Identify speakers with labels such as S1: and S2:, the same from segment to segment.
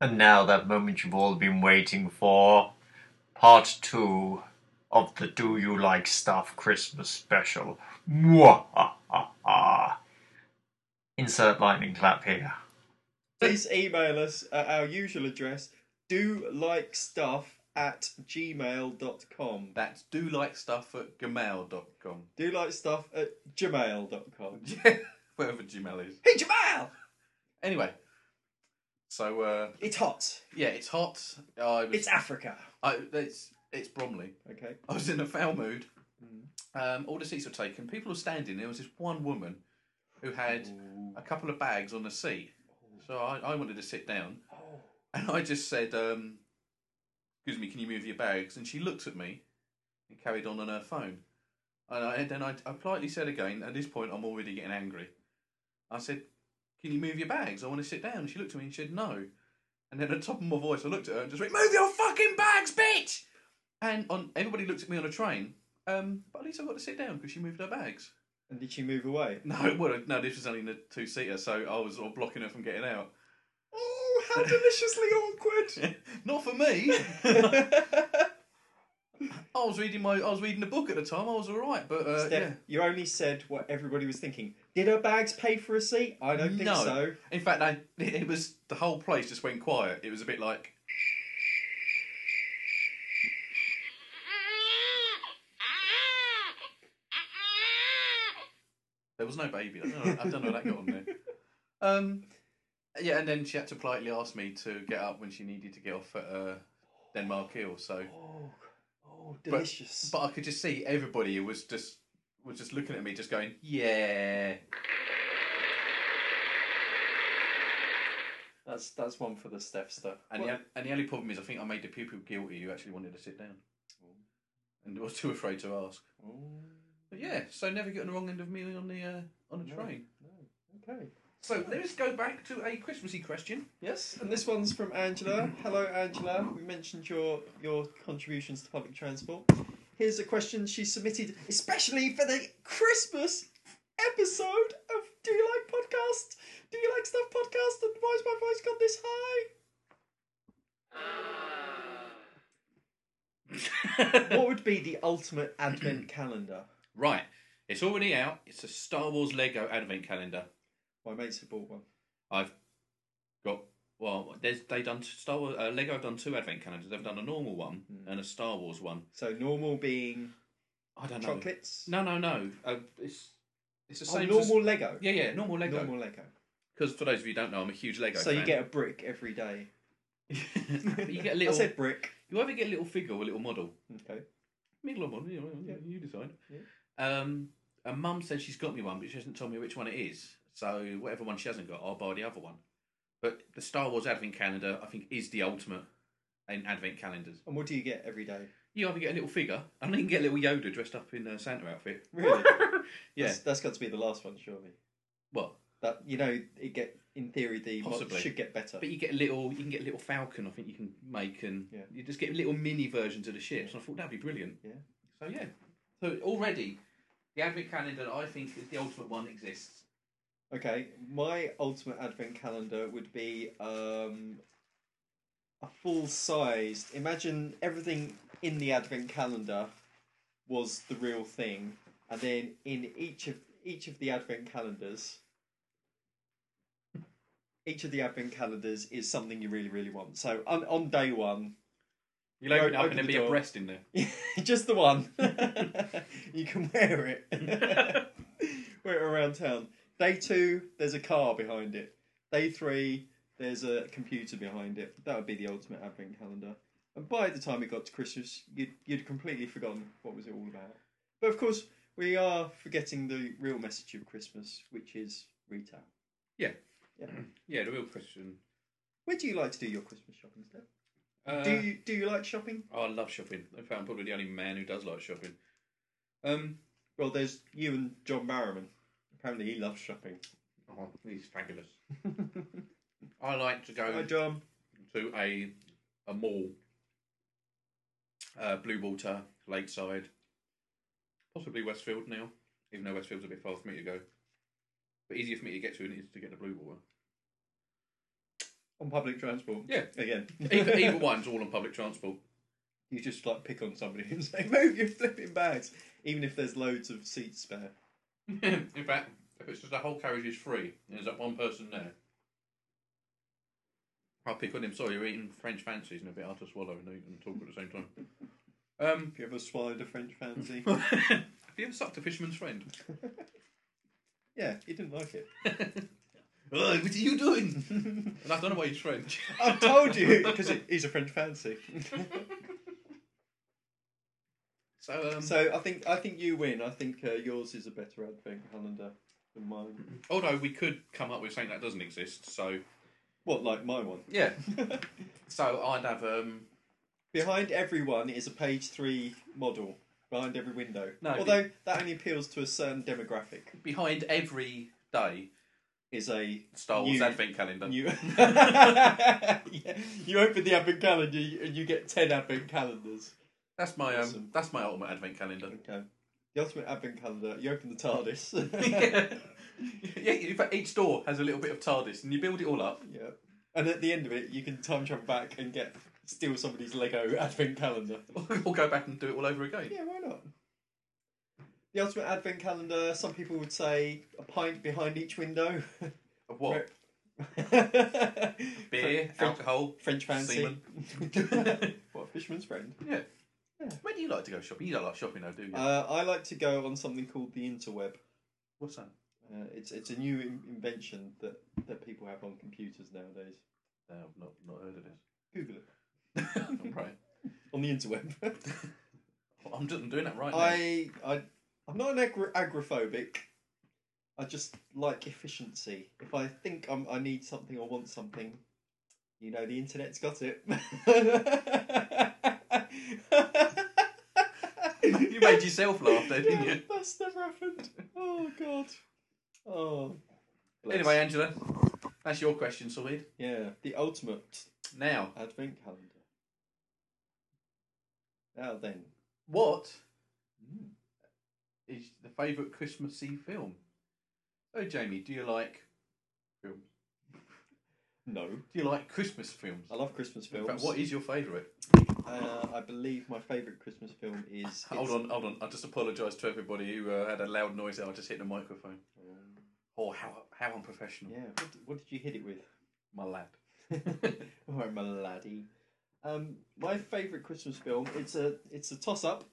S1: And now that moment you've all been waiting for. Part two of the Do You Like Stuff Christmas special. Mwah! Insert lightning clap here.
S2: Please email us at our usual address, do like stuff at gmail.com.
S3: That's do like stuff at gmail.com.
S2: Do like stuff at gmail.com.
S3: Yeah, whatever Gmail is.
S2: Hey, Jamal!
S3: Anyway, so uh,
S2: It's hot.
S3: yeah, it's hot. I was,
S2: It's Africa.
S3: I, it's it's Bromley.
S2: Okay.
S3: I was in a foul mood. Um, all the seats were taken. People were standing. There was this one woman who had a couple of bags on the seat. So I, I wanted to sit down,
S2: Oh.
S3: and I just said, um, "Excuse me, can you move your bags?" And she looked at me and carried on on her phone. And, I, and then I, I politely said again. At this point, I'm already getting angry. I said, "Can you move your bags? I want to sit down." And she looked at me and she said, "No." And then at the top of my voice, I looked at her and just went, "Move your fucking bags, bitch!" And on everybody looked at me on a train. Um, but at least I got to sit down because she moved her bags.
S2: And did she move away?
S3: No, well, no, this was only in a two seater, so I was sort of blocking her from getting out.
S2: Oh, how deliciously awkward.
S3: Not for me. I was reading my, I was reading the book at the time. I was all right, but uh,
S2: Steph,
S3: yeah.
S2: you only said what everybody was thinking. Did her bags pay for a seat? I don't think
S3: No.
S2: so.
S3: In fact, I, it was the whole place just went quiet. It was a bit like there was no baby. I don't know, I don't know how that got on there. Um, yeah, and then she had to politely ask me to get up when she needed to get off at uh, Denmark Hill. So,
S2: Oh, oh delicious.
S3: but I could just see everybody was just was just looking at me, just going, "Yeah."
S2: that's that's one for the Steph stuff.
S3: And the, and the only problem is, I think I made the people guilty who actually wanted to sit down,
S2: Oh.
S3: and was too afraid to ask.
S2: mm,
S3: But yeah, so never getting the wrong end of me on the uh, on the
S2: No.
S3: train.
S2: Okay.
S3: So let's go back to a Christmassy question.
S2: Yes, and this one's from Angela. Hello, Angela. We mentioned your your contributions to public transport. Here's a question she submitted, especially for the Christmas episode of Do You Like Podcast? Do You Like Stuff Podcast? And why's my voice gone this high? What would be the ultimate advent calendar?
S3: right, it's already out. It's a Star Wars Lego Advent Calendar.
S2: My mates have bought one.
S3: I've got well, there's they done Star Wars uh, Lego. have done two Advent calendars. They've done a normal one
S2: Hmm.
S3: and a Star Wars one.
S2: So normal being
S3: I don't know.
S2: chocolates.
S3: No, no, no. Uh, it's it's the
S2: Oh,
S3: same. as-
S2: normal Lego.
S3: yeah, yeah, normal Lego.
S2: Normal Lego.
S3: Because for those of you who don't know, I'm a huge Lego
S2: so
S3: fan.
S2: you get a brick every day.
S3: you get a
S2: I
S3: little.
S2: said brick.
S3: You either get a little figure or a little model.
S2: Okay.
S3: Middle or model, you, know, you decide.
S2: Yeah.
S3: Um, and Mum said she's got me one, but she hasn't told me which one it is. So whatever one she hasn't got, I'll buy the other one. But the Star Wars Advent Calendar, I think, is the ultimate in Advent calendars.
S2: And what do you get every day?
S3: You either get a little figure, and then you get a little Yoda dressed up in a Santa outfit.
S2: Really?
S3: Yeah.
S2: That's, that's got to be the last one, surely.
S3: Well,
S2: That you know, it get in theory the mod
S3: Possibly.
S2: should get better.
S3: but you get a little, you can get a little Falcon. I think you can make, and
S2: Yeah.
S3: you just get little mini versions of the ships. And I thought that'd be brilliant.
S2: Yeah.
S3: So yeah. So already, the Advent calendar I think is the ultimate one exists.
S2: Okay, my ultimate advent calendar would be um, a full sized. Imagine everything in the advent calendar was the real thing, and then in each of each of the advent calendars. Each of the advent calendars is something you really, really want. So on, on day one,
S3: You'll open
S2: Right,
S3: it up
S2: open
S3: and there'll
S2: the
S3: be a
S2: door.
S3: breast in there.
S2: Just the one. you can wear it. wear it around town. Day two, there's a car behind it. Day three, there's a computer behind it. That would be the ultimate advent calendar. And by the time it got to Christmas, you'd, you'd completely forgotten what was it all about. But of course, we are forgetting the real message of Christmas, which is retail.
S3: Yeah.
S2: Yeah.
S3: Yeah, the real question.
S2: Where do you like to do your Christmas shopping, Steph?
S3: Uh,
S2: do you do you like shopping?
S3: oh, I love shopping. In fact, I'm probably the only man who does like shopping. Um,
S2: Well, there's you and John Barrowman. Apparently, he loves shopping.
S3: oh, he's fabulous. I like to go
S2: Hi, John.
S3: to a a mall, uh, Blue Water, Lakeside, possibly Westfield now. Even though Westfield's a bit far for me to go, but easier for me to get to than it is to get to Blue Water.
S2: on public transport.
S3: Yeah.
S2: Again,
S3: Either, either one's all on public transport.
S2: you just like pick on somebody and say, "Move your flipping bags," even if there's loads of seats spare.
S3: In fact, if it's just a whole carriage is free and there's that one person there, I'll pick on him. Sorry, you're eating French fancies and a bit hard to swallow and, eat and talk at the same time. Um,
S2: Have you ever swallowed a French fancy?
S3: have you ever sucked a fisherman's friend?
S2: yeah, you didn't like it.
S3: Ugh, what are you doing? and I don't know why he's French.
S2: I've told you because he's a French fancy.
S3: So, um,
S2: so I think I think you win. I think uh, yours is a better advent calendar than mine.
S3: although we could come up with something that doesn't exist, so
S2: What like my one?
S3: yeah. so I'd have um,
S2: Behind everyone is a page three model. Behind every window.
S3: No,
S2: Although that only appeals to a certain demographic.
S3: behind every day
S2: Is a
S3: Star Wars
S2: You-
S3: advent calendar.
S2: You, Yeah. you open the advent calendar you- and you get 10 advent calendars.
S3: That's my um,
S2: Awesome.
S3: that's my ultimate advent calendar.
S2: Okay. The ultimate advent calendar, you open the TARDIS.
S3: yeah, yeah. In fact, each door has a little bit of TARDIS, and you build it all up.
S2: yeah. And at the end of it, you can time travel back and get steal somebody's Lego advent calendar.
S3: or go back and do it all over again.
S2: Yeah, why not? The ultimate advent calendar, some people would say a pint behind each window.
S3: Of what?
S2: Right.
S3: Beer,
S2: French,
S3: alcohol.
S2: French fancy.
S3: semen.
S2: what a fisherman's friend.
S3: Where do you like to go shopping? You don't like shopping, though, do you?
S2: Uh, I like to go on something called the interweb.
S3: What's that?
S2: Uh, it's it's a new in- invention that, that people have on computers nowadays.
S3: No, I've not not heard of
S2: Google it
S3: this. right.
S2: on the interweb.
S3: I'm just I'm doing that right now.
S2: I I I'm not an agri- agrophobic. I just like efficiency. If I think I'm, I need something or want something, you know the internet's got it.
S3: you made yourself laugh there, didn't
S2: Yeah,
S3: you?
S2: That's never happened. Oh god. Oh.
S3: Anyway, Angela, that's your question, Saweed.
S2: yeah, the ultimate
S3: Now,
S2: Advent calendar. Now then,
S3: what is the favourite Christmassy film? Oh, Jamie, do you like films?
S2: no.
S3: Do you like Christmas films?
S2: I love Christmas
S3: In
S2: films.
S3: fact, what is your favourite?
S2: uh, I believe my favourite Christmas film is.
S3: Hold on, hold on. I just apologise to everybody who uh, had a loud noise there. I just hit the microphone. Oh, how how unprofessional,
S2: um, Yeah, what, did- what did you hit it with?
S3: my lad.
S2: Alright, my laddie. Um, my favourite Christmas film. It's a it's a toss up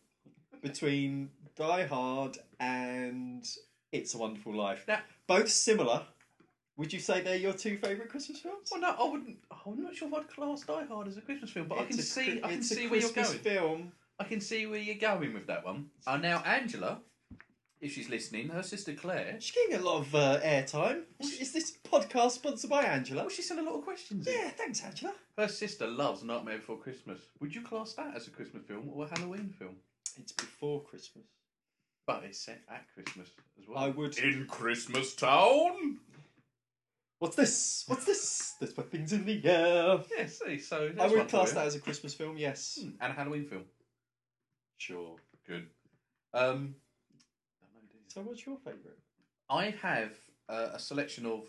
S2: between Die Hard and It's a Wonderful Life.
S3: Now-
S2: both similar. Would you say they're your two favourite Christmas films?
S3: Well, no, I wouldn't. I'm not sure if I'd class Die Hard as a Christmas film, but I can
S2: It's a
S3: see,
S2: Chri-
S3: I can
S2: it's a
S3: see where you're
S2: Christmas
S3: going.
S2: Film.
S3: I can see where you're going with that one. And now Angela, if she's listening, her sister Claire.
S2: She's getting a lot of uh, airtime. Is is this podcast sponsored by Angela?
S3: Well, she sent a lot of questions. in.
S2: Yeah, thanks, Angela.
S3: Her sister loves Nightmare Before Christmas. Would you class that as a Christmas film or a Halloween film?
S2: It's before Christmas.
S3: But it's set at Christmas as well.
S2: I would.
S3: In Christmas Town.
S2: What's this? What's this? There's my things in the air.
S3: Yeah, see, so
S2: I
S3: that's one
S2: would
S3: for
S2: class
S3: you.
S2: that as a Christmas film, yes.
S3: Hmm, and a Halloween film.
S2: Sure.
S3: Good. Um,
S2: So, what's your favourite?
S3: I have uh, a selection of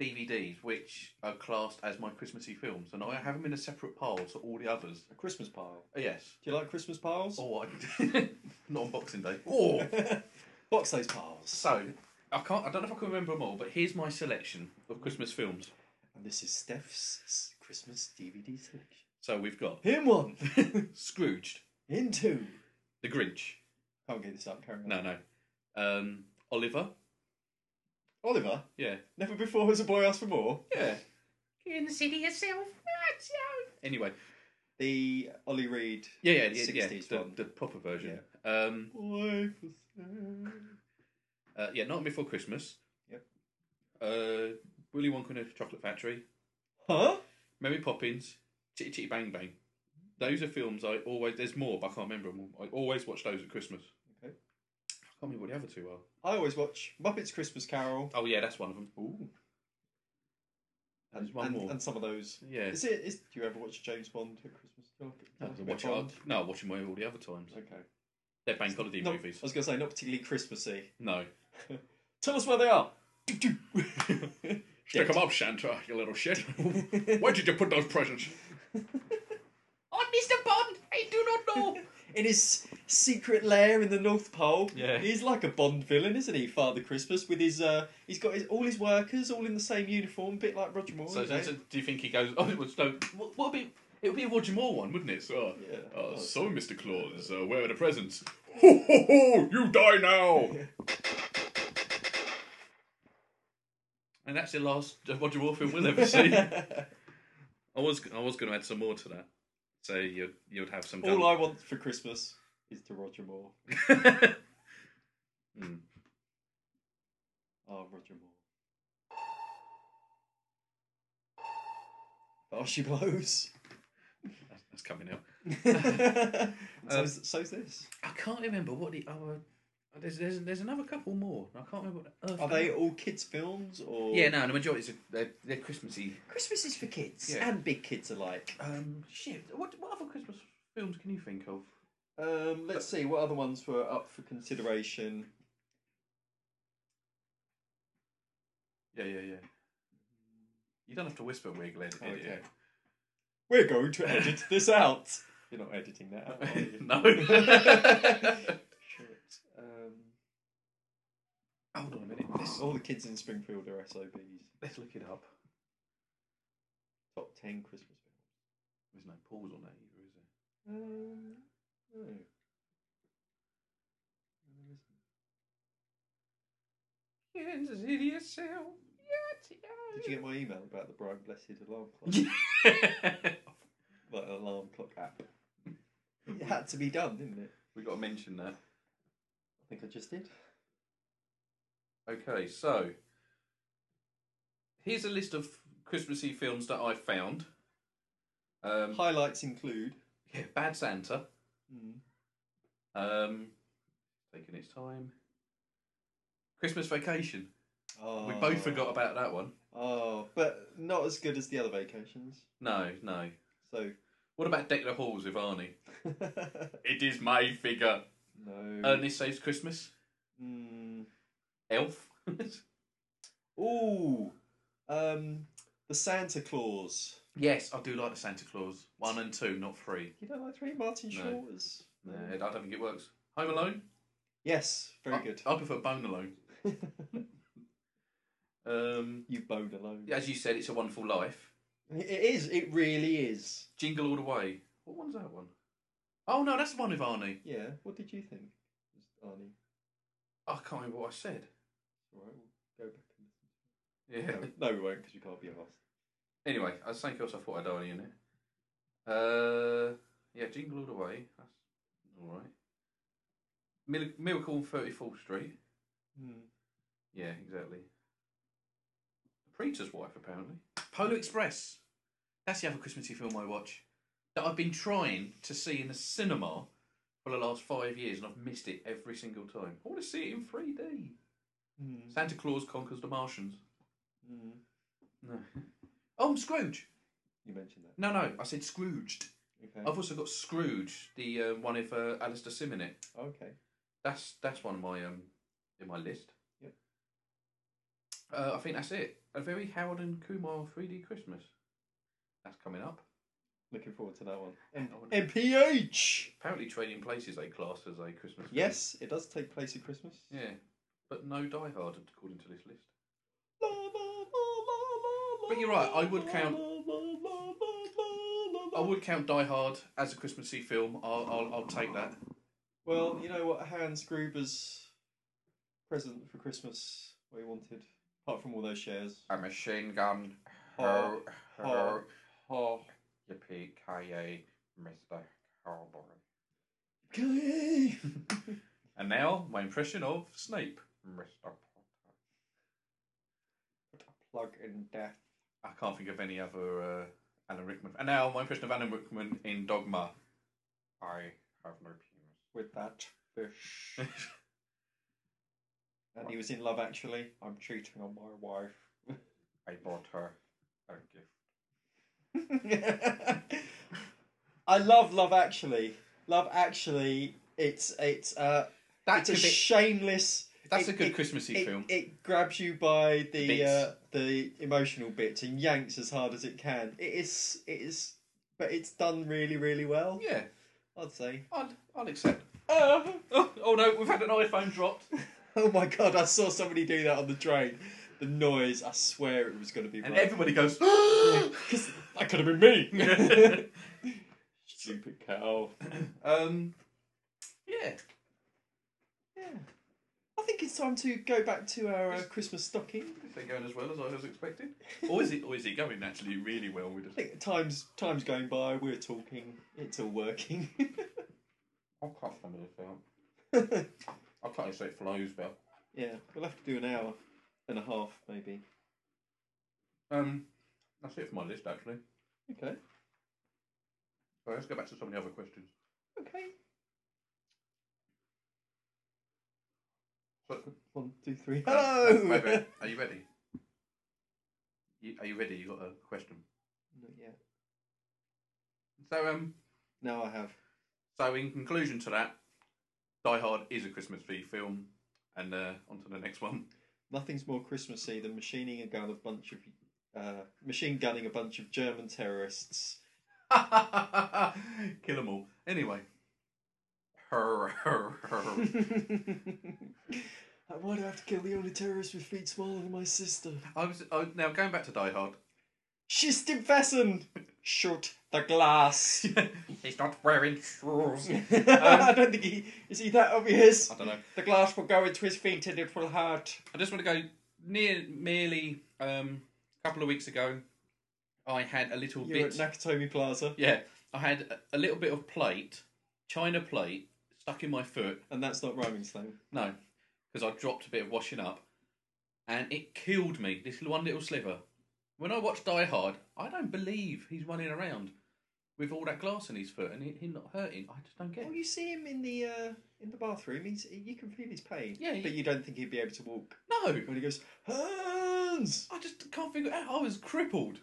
S3: DVDs which are classed as my Christmassy films, and I have them in a separate pile to all the others.
S2: A Christmas pile.
S3: Uh, yes.
S2: Do you like Christmas piles?
S3: Oh, I... not on Boxing Day. Oh,
S2: Box those piles.
S3: so I can't. I don't know if I can remember them all, but here's my selection of Christmas films.
S2: And this is Steph's s- Christmas DVD selection.
S3: So we've got
S2: In one,
S3: Scrooged,
S2: in two.
S3: The Grinch.
S2: Can't get this up, carry on.
S3: No, no. Um, Oliver.
S2: Oliver,
S3: Yeah.
S2: never before has a boy asked for more.
S3: Yeah. In the city yourself. Anyway,
S2: The Ollie Reed
S3: Yeah, yeah, yeah, yeah.
S2: 60s
S3: The,
S2: one.
S3: the proper version. Um, uh, yeah, Night Before Christmas.
S2: Yep.
S3: Uh, Willy Wonka and the Chocolate Factory.
S2: Huh?
S3: Mary Poppins. Chitty Chitty Bang Bang. Those are films I always. There's more, but I can't remember them. all. I always watch those at Christmas.
S2: Okay.
S3: I can't remember what the other two are.
S2: I always watch Muppets Christmas Carol
S3: Oh yeah, that's one of them. Ooh.
S2: and,
S3: There's one
S2: and,
S3: more.
S2: and some of those.
S3: yeah.
S2: Is it? Is, do you ever watch James Bond at Christmas? Do you like it?
S3: No,
S2: Do
S3: I
S2: you
S3: watch
S2: like
S3: it.
S2: Bond?
S3: I- No, I watch them all the other times.
S2: Okay.
S3: They're bank holiday
S2: Not- I
S3: movies.
S2: was going to say not particularly Christmassy.
S3: No.
S2: Tell us where they are. Do, do.
S4: Stick 'em up, Santa, you little shit. Where did you put those presents?
S3: Oh, Mr. Bond, I do not know.
S2: in his secret lair in the North Pole.
S3: Yeah.
S2: He's like a Bond villain, isn't he, Father Christmas? With his, uh, he's got his, all his workers all in the same uniform, a bit like Roger Moore.
S3: so,
S2: you know?
S3: so, so do you think he goes? Oh, it was no. What, what would be? It would be a Roger Moore one, wouldn't it?
S4: So,
S2: Yeah.
S4: uh, so Mr. Claus, uh, where are the presents? Ho ho ho! You die now!
S3: And that's the last uh, Roger Moore film we'll ever see. I was I was going to add some more to that. So you you'd have some.
S2: all I want for Christmas is to Roger Moore.
S3: Hmm.
S2: Oh, Roger Moore. Oh, she blows.
S3: That's- that's coming out.
S2: so,
S3: Uh,
S2: is- so's this.
S3: I can't remember what the other. There's there's, there's another couple more. I can't remember. What the earth
S2: Are they all kids' films or?
S3: uh, Yeah, no. The majority is they're, they're Christmassy.
S2: Christmas is for kids
S3: Yeah.
S2: and big kids alike.
S3: Um, shit. What what other Christmas films can you think of?
S2: Um, let's see what other ones were up for consideration.
S3: Yeah, yeah, yeah. You don't have to whisper, we're glad.
S2: Okay. We're going to edit this out. You're not editing that
S3: Oh,
S2: out, are you?
S3: no.
S2: Shit. Um,
S3: Hold on a minute. Let's,
S2: all the kids in Springfield are SOBs.
S3: let's look it up.
S2: Top 10 Christmas
S3: There's no pause on that either, is there?
S2: films. Um, no. No, there isn't. Did you get my email about the Brian Blessed alarm clock? like alarm clock app. It had to be done, didn't it?
S3: we got to mention that.
S2: I think I just did.
S3: Okay, so here's a list of Christmassy films that I found. Um,
S2: Highlights include.
S3: yeah, Bad Santa.
S2: Mm.
S3: Um, taking its time. Christmas Vacation.
S2: Oh,
S3: We both forgot about that one.
S2: Oh, but not as good as the other vacations.
S3: No, no.
S2: So.
S3: What about Deck the Halls with Arnie?
S2: no.
S3: It is my figure. Ernest Saves Christmas.
S2: Mm.
S3: Elf.
S2: Ooh, um, the Santa Claus.
S3: yes, I do like the Santa Claus. One and two, not three.
S2: You don't like three Martin
S3: No.
S2: Shorters?
S3: No, I don't think it works. Home Alone.
S2: Yes, very
S3: I-
S2: good.
S3: I, prefer Bone Alone. Um,
S2: you bone alone.
S3: as you said, it's a Wonderful Life.
S2: It is. It really is.
S3: Jingle All the Way. What one's that one? Oh no, that's the one with Arnie.
S2: Yeah. What did you think, Arnie?
S3: I can't remember what I said.
S2: All right, we'll go back. And...
S3: Yeah.
S2: No, we won't because we can't be asked.
S3: Anyway, I was saying else I thought I'd already in it. Uh, yeah, Jingle All the Way. That's all right. Mil- Miracle on Thirty Fourth Street.
S2: Hmm.
S3: Yeah, exactly. The Preacher's Wife, apparently. Polar Express. That's the other Christmassy film I watch that I've been trying to see in the cinema for the last five years, and I've missed it every single time. I want to see it in three D.
S2: Mm.
S3: Santa Claus conquers the Martians.
S2: Mm.
S3: No. Oh, I'm Scrooge.
S2: You mentioned that.
S3: No, no, I said Scrooged.
S2: Okay.
S3: I've also got Scrooge, the uh, one of uh, Alistair Sim in it.
S2: Okay.
S3: That's that's one of my um in my list.
S2: Yep.
S3: Uh, I think that's it. A very Harold and Kumar 3D Christmas. That's coming up.
S2: Looking forward to that one.
S3: I wonder-
S2: MPH.
S3: Apparently, Trading Places they class as a Christmas. film.
S2: Yes, it does take place at Christmas.
S3: Yeah, but no Die Hard according to this list.
S2: But
S3: you're right, I would count- I would count Die Hard as a Christmassy film. I'll I'll, I'll take that.
S2: Well, you know what Hans Gruber's present for Christmas, what he wanted, apart from all those shares.
S3: A machine gun.
S2: Ho, ho. Oh.
S3: Yippee ki Mr. Cowboy.
S2: Okay.
S3: And now my impression of Snape. Mr. Potter.
S2: Plug in death.
S3: I can't think of any other uh, Alan Rickman. And now my impression of Alan Rickman in Dogma. I have no penis.
S2: with that fish. and he was in love actually. I'm cheating on my wife.
S3: I bought her a gift.
S2: I love Love Actually. Love Actually. It's it's uh
S3: That
S2: it's a
S3: could be-
S2: shameless
S3: That's
S2: It-
S3: a good
S2: it-
S3: Christmassy
S2: it,
S3: film.
S2: it grabs you by the
S3: Bits.
S2: uh, the emotional bits and yanks as hard as it can. It is it is, but it's done really really well.
S3: yeah,
S2: I'd say.
S3: I'll, I'll accept. Uh, oh, oh no, we've had an iPhone dropped.
S2: Oh my god! I saw somebody do that on the train. The noise. I swear it was going to be.
S3: And
S2: mine.
S3: everybody goes,
S2: Because that could have been me. Stupid cow.
S3: um, yeah.
S2: I think it's time to go back to our uh, Christmas stocking.
S3: Is they going as well as I was expecting? or is it? Or is it going actually really well? We
S2: I
S3: just
S2: think time's time's going by. We're talking. It's all working.
S3: I can't remember the film.
S2: yeah,
S3: um, I can't say it flows well.
S2: we'll have to do an hour and a half maybe.
S3: Um, that's it for my list actually.
S2: Okay.
S3: So let's go back to some of the other questions.
S2: Okay.
S3: So,
S2: One, two, three.
S3: um,
S2: Hello.
S3: wait, wait, are you ready? You, are you ready? You got a question.
S2: Not yet.
S3: So um,
S2: Now I have.
S3: so in conclusion to that, Die Hard is a Christmas tree film, and uh, on to the next one.
S2: Nothing's more Christmassy than machining a gun a bunch of uh, machine gunning a bunch of German terrorists.
S3: Kill them all. Anyway. Her, her, her.
S2: Why do I have to kill the only terrorist with feet smaller than my sister?
S3: I was I, now going back to Die Hard.
S2: She's still fastened. Shoot the glass.
S3: He's not wearing shoes.
S2: I don't think he is he that obvious.
S3: I don't know.
S2: The glass will go into his feet and it will hurt.
S3: I just want to go near merely um, a couple of weeks ago. I had a little
S2: You're
S3: bit.
S2: at Nakatomi Plaza,
S3: yeah, I had a- a little bit of plate, china plate, stuck in my foot.
S2: and that's not rhyming slang.
S3: No, because I dropped a bit of washing up, and it killed me. This one little sliver. When I watch Die Hard, I don't believe he's running around with all that glass in his foot and he- him not hurting. I just don't get.
S2: Well,
S3: it.
S2: you see him in the uh, in the bathroom. He's you can feel his pain.
S3: Yeah, he-
S2: but you don't think he'd be able to walk
S3: No,
S2: when he goes hands
S3: I just can't figure it out. I was crippled.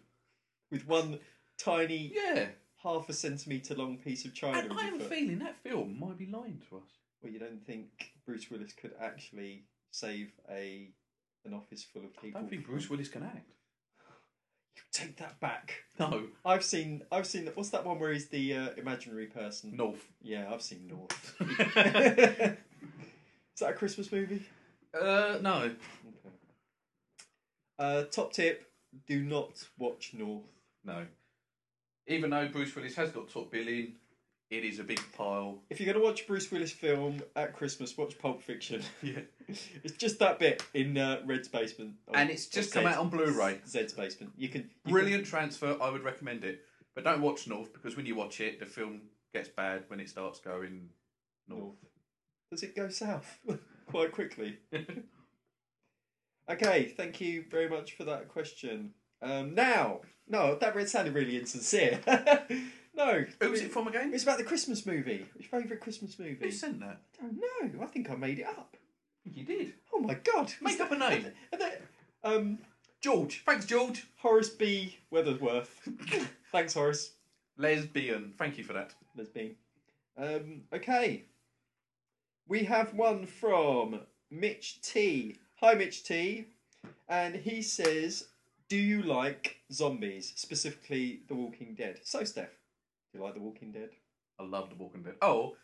S2: with one tiny
S3: Yeah,
S2: half a centimetre long piece of china. in
S3: and I
S2: your
S3: am
S2: foot.
S3: feeling that film might be lying to us.
S2: Well, you don't think Bruce Willis could actually save a an office full of
S3: I
S2: people?
S3: don't think Bruce Willis can act.
S2: Take that back.
S3: No,
S2: I've seen. I've seen. What's that one where he's the uh, imaginary person?
S3: North.
S2: Yeah, I've seen North.
S3: uh,
S2: Is that a Christmas movie?
S3: Uh, no.
S2: Okay. Uh, top tip: Do not watch North.
S3: No. Even though Bruce Willis has got top billing, it is a big pile.
S2: If you're gonna watch a Bruce Willis film at Christmas, watch Pulp Fiction.
S3: Yeah.
S2: it's just that bit in uh, Red's basement, Or-
S3: And it's
S2: or
S3: just come
S2: Zed's-
S3: out on Blu-ray.
S2: Zed's basement. You can you can-
S3: Brilliant transfer. I would recommend it. But don't watch North because when you watch it, the film gets bad when it starts going north.
S2: Does it go south quite quickly? okay, thank you very much for that question. Um, now, no, that re- sounded really insincere. no,
S3: Who was it from again?
S2: It's about the Christmas movie. Your favourite Christmas
S3: Who
S2: movie?
S3: sent that?
S2: I don't know. I think I made it up.
S3: You did.
S2: Oh my god!
S3: Make up a name.
S2: Are they- um,
S3: George. Thanks, George.
S2: Horace B. Weatherworth. Thanks, Horace.
S3: Lesbian. Thank you for that.
S2: There's been. Um, okay. We have one from Mitch T. Hi, Mitch T. And he says, Do you like zombies, specifically The Walking Dead? So, Steph, do you like The Walking Dead?
S3: I love The Walking Dead. Oh,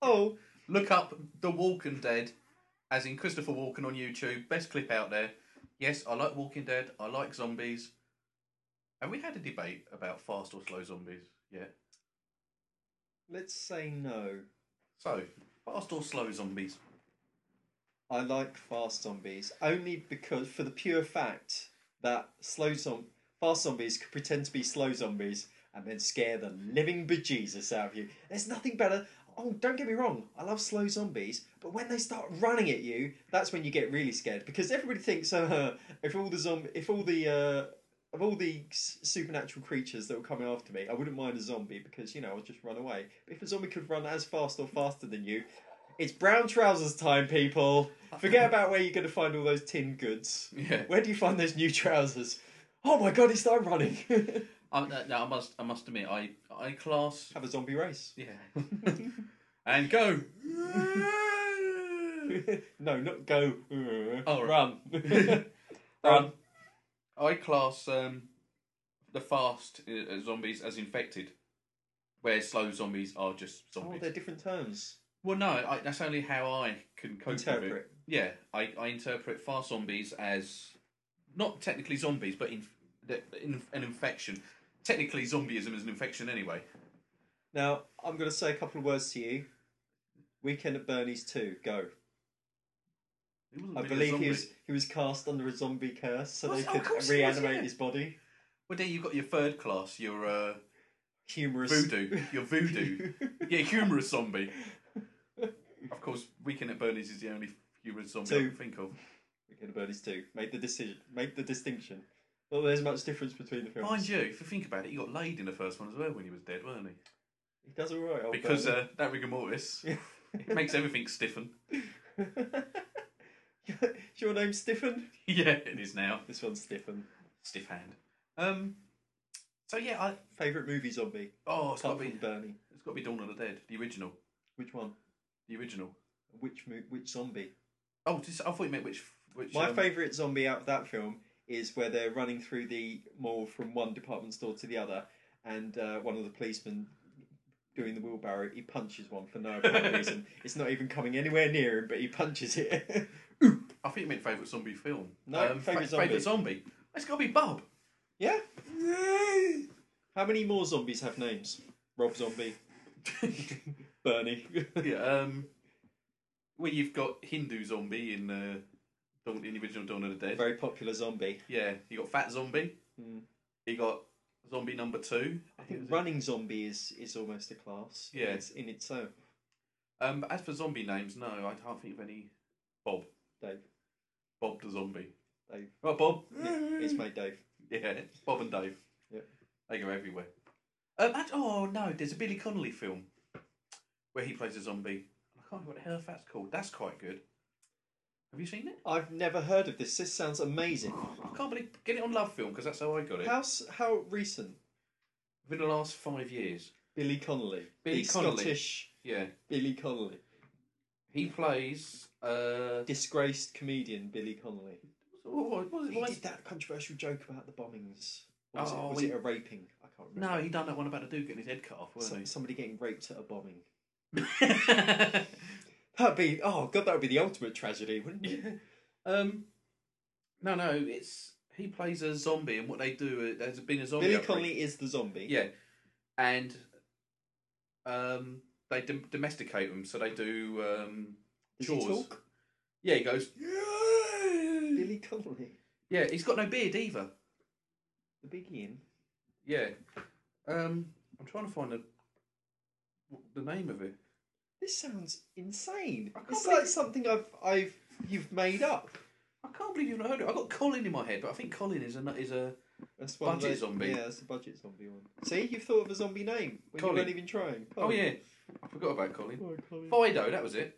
S2: Oh,
S3: look up The Walking Dead, as in Christopher Walken on YouTube. Best clip out there. Yes, I like Walking Dead. I like zombies. Have we had a debate about fast or slow zombies yet?
S2: let's say no.
S3: So, fast or slow zombies?
S2: I like fast zombies only because, for the pure fact that slow zom- fast zombies could pretend to be slow zombies and then scare the living bejesus out of you. There's nothing better. Oh, don't get me wrong, I love slow zombies, but when they start running at you, that's when you get really scared because everybody thinks uh, if all the zombie, if all the uh, of all the s- supernatural creatures that were coming after me, I wouldn't mind a zombie because you know I'll just run away. But if a zombie could run as fast or faster than you, it's brown trousers time, people. Forget about where you're going to find all those tin goods.
S3: Yeah.
S2: Where do you find those new trousers? Oh my god, he started running.
S3: I, no, no, I must. I must admit, I I class.
S2: Have a zombie race.
S3: Yeah. and go.
S2: no, not go. uh,
S3: Oh,
S2: run. run.
S3: Um, I class um, the fast uh, zombies as infected, where slow zombies are just
S2: Oh,
S3: zombies.
S2: they're different terms.
S3: well, no, I, that's only how I can cope with it.
S2: Interpret.
S3: Yeah, I, I interpret fast zombies as not technically zombies, but in, the- in, an infection. Technically, zombieism is an infection anyway.
S2: Now, I'm going to say a couple of words to you. Weekend at Bernie's 2, go.
S3: He wasn't
S2: I
S3: really a
S2: believe
S3: zombie.
S2: he was, he was cast under a zombie curse so
S3: Was-
S2: they
S3: oh,
S2: could
S3: of course he was,
S2: reanimate
S3: yeah.
S2: his body.
S3: Well, then you've got your third class, your uh,
S2: Humorous.
S3: voodoo, your voodoo, yeah, humorous zombie. Of course, Weekend at Bernie's is the only humorous zombie I
S2: Two.
S3: can think of.
S2: Weekend at Bernie's 2. Make the decision. Make the distinction. Well, there's much difference between the films.
S3: Mind you, if you think about it, he got laid in the first one as well when he was dead, wasn't he?
S2: He does all right. old
S3: Because
S2: Bernie.
S3: uh, that rigor mortis it makes everything stiffen. uh,
S2: Is your name Stiffen?
S3: yeah, it is now.
S2: This one's Stiffen.
S3: Stiff hand. Um. So yeah, I
S2: Favourite movie zombie?
S3: oh, it's got
S2: Apart
S3: to be
S2: from Bernie.
S3: it's got to be Dawn of the Dead, the original,
S2: Which one?
S3: the original.
S2: Which mo- which zombie?
S3: Oh, just, I thought you meant which which.
S2: My
S3: um,
S2: favourite zombie out of that film is where they're running through the mall from one department store to the other, and uh, one of the policemen doing the wheelbarrow, he punches one for no apparent reason. It's not even coming anywhere near him, but he punches it.
S3: I think you meant favourite zombie film.
S2: No, favourite zombie.
S3: Favourite zombie. It's got to be Bob.
S2: yeah. How many more zombies have names? Rob Zombie, Bernie.
S3: yeah. Um. Well, you've got Hindu zombie in uh, Dawn, in the original Dawn of the Dead.
S2: Very popular zombie.
S3: Yeah, you got Fat Zombie.
S2: Mm.
S3: You got Zombie Number Two.
S2: I think running zombie is, is almost a class.
S3: Yeah.
S2: It's in its own.
S3: Um, but as for zombie names, no, I can't think of any. Bob,
S2: Dave.
S3: Bob the Zombie.
S2: Dave.
S3: Right, Bob.
S2: It's my Dave.
S3: Yeah, Bob and Dave.
S2: Mm-hmm. Yeah.
S3: They go everywhere. Um, and- oh no, there's a Billy Connolly film where he plays a zombie. I can't remember what the hell that's called. That's quite good. Have you seen it?
S2: I've never heard of this. This sounds amazing.
S3: I can't believe get it on Love Film because that's how I got it.
S2: How s- how recent?
S3: Within the last five years.
S2: Billy Connolly.
S3: Billy
S2: the
S3: Connolly.
S2: Scottish
S3: Yeah,
S2: Billy Connolly.
S3: he plays. Uh,
S2: Disgraced comedian Billy Connolly.
S3: what was it?
S2: He
S3: What
S2: did
S3: is
S2: that controversial joke about the bombings. Or was,
S3: Oh,
S2: it, was
S3: he-
S2: it a raping? I can't remember.
S3: No, he done that one about a dude getting his head cut off,
S2: Some-
S3: wasn't
S2: somebody getting raped at a bombing.
S3: he?
S2: That'd be oh god, that would be the ultimate tragedy, wouldn't it?
S3: um, no, no, it's he plays a zombie, and what they do, uh, there's been a zombie.
S2: Billy
S3: outbreak.
S2: Connolly is the zombie.
S3: Yeah, and um, they dom- domesticate them, so they do um,
S2: Does he
S3: chores.
S2: talk?
S3: Yeah, he goes.
S2: Billy Connolly,
S3: Yeah, he's got no beard either.
S2: the biggie in.
S3: Yeah, um, I'm trying to find the the name of it.
S2: This sounds insane.
S3: I can't
S2: It's
S3: believe
S2: like
S3: it.
S2: something I've I've you've made up.
S3: I can't believe you've not heard of it. I got Colin in my head, but I think Colin is a nu- is a
S2: That's one of
S3: Budget
S2: the-
S3: zombie.
S2: Yeah, that's the budget zombie one. See, you've thought of a zombie name when
S3: Colin.
S2: you weren't even trying.
S3: oh
S2: Colin.
S3: yeah, I forgot about Colin.
S2: Oh, Colin.
S3: Fido, that was it.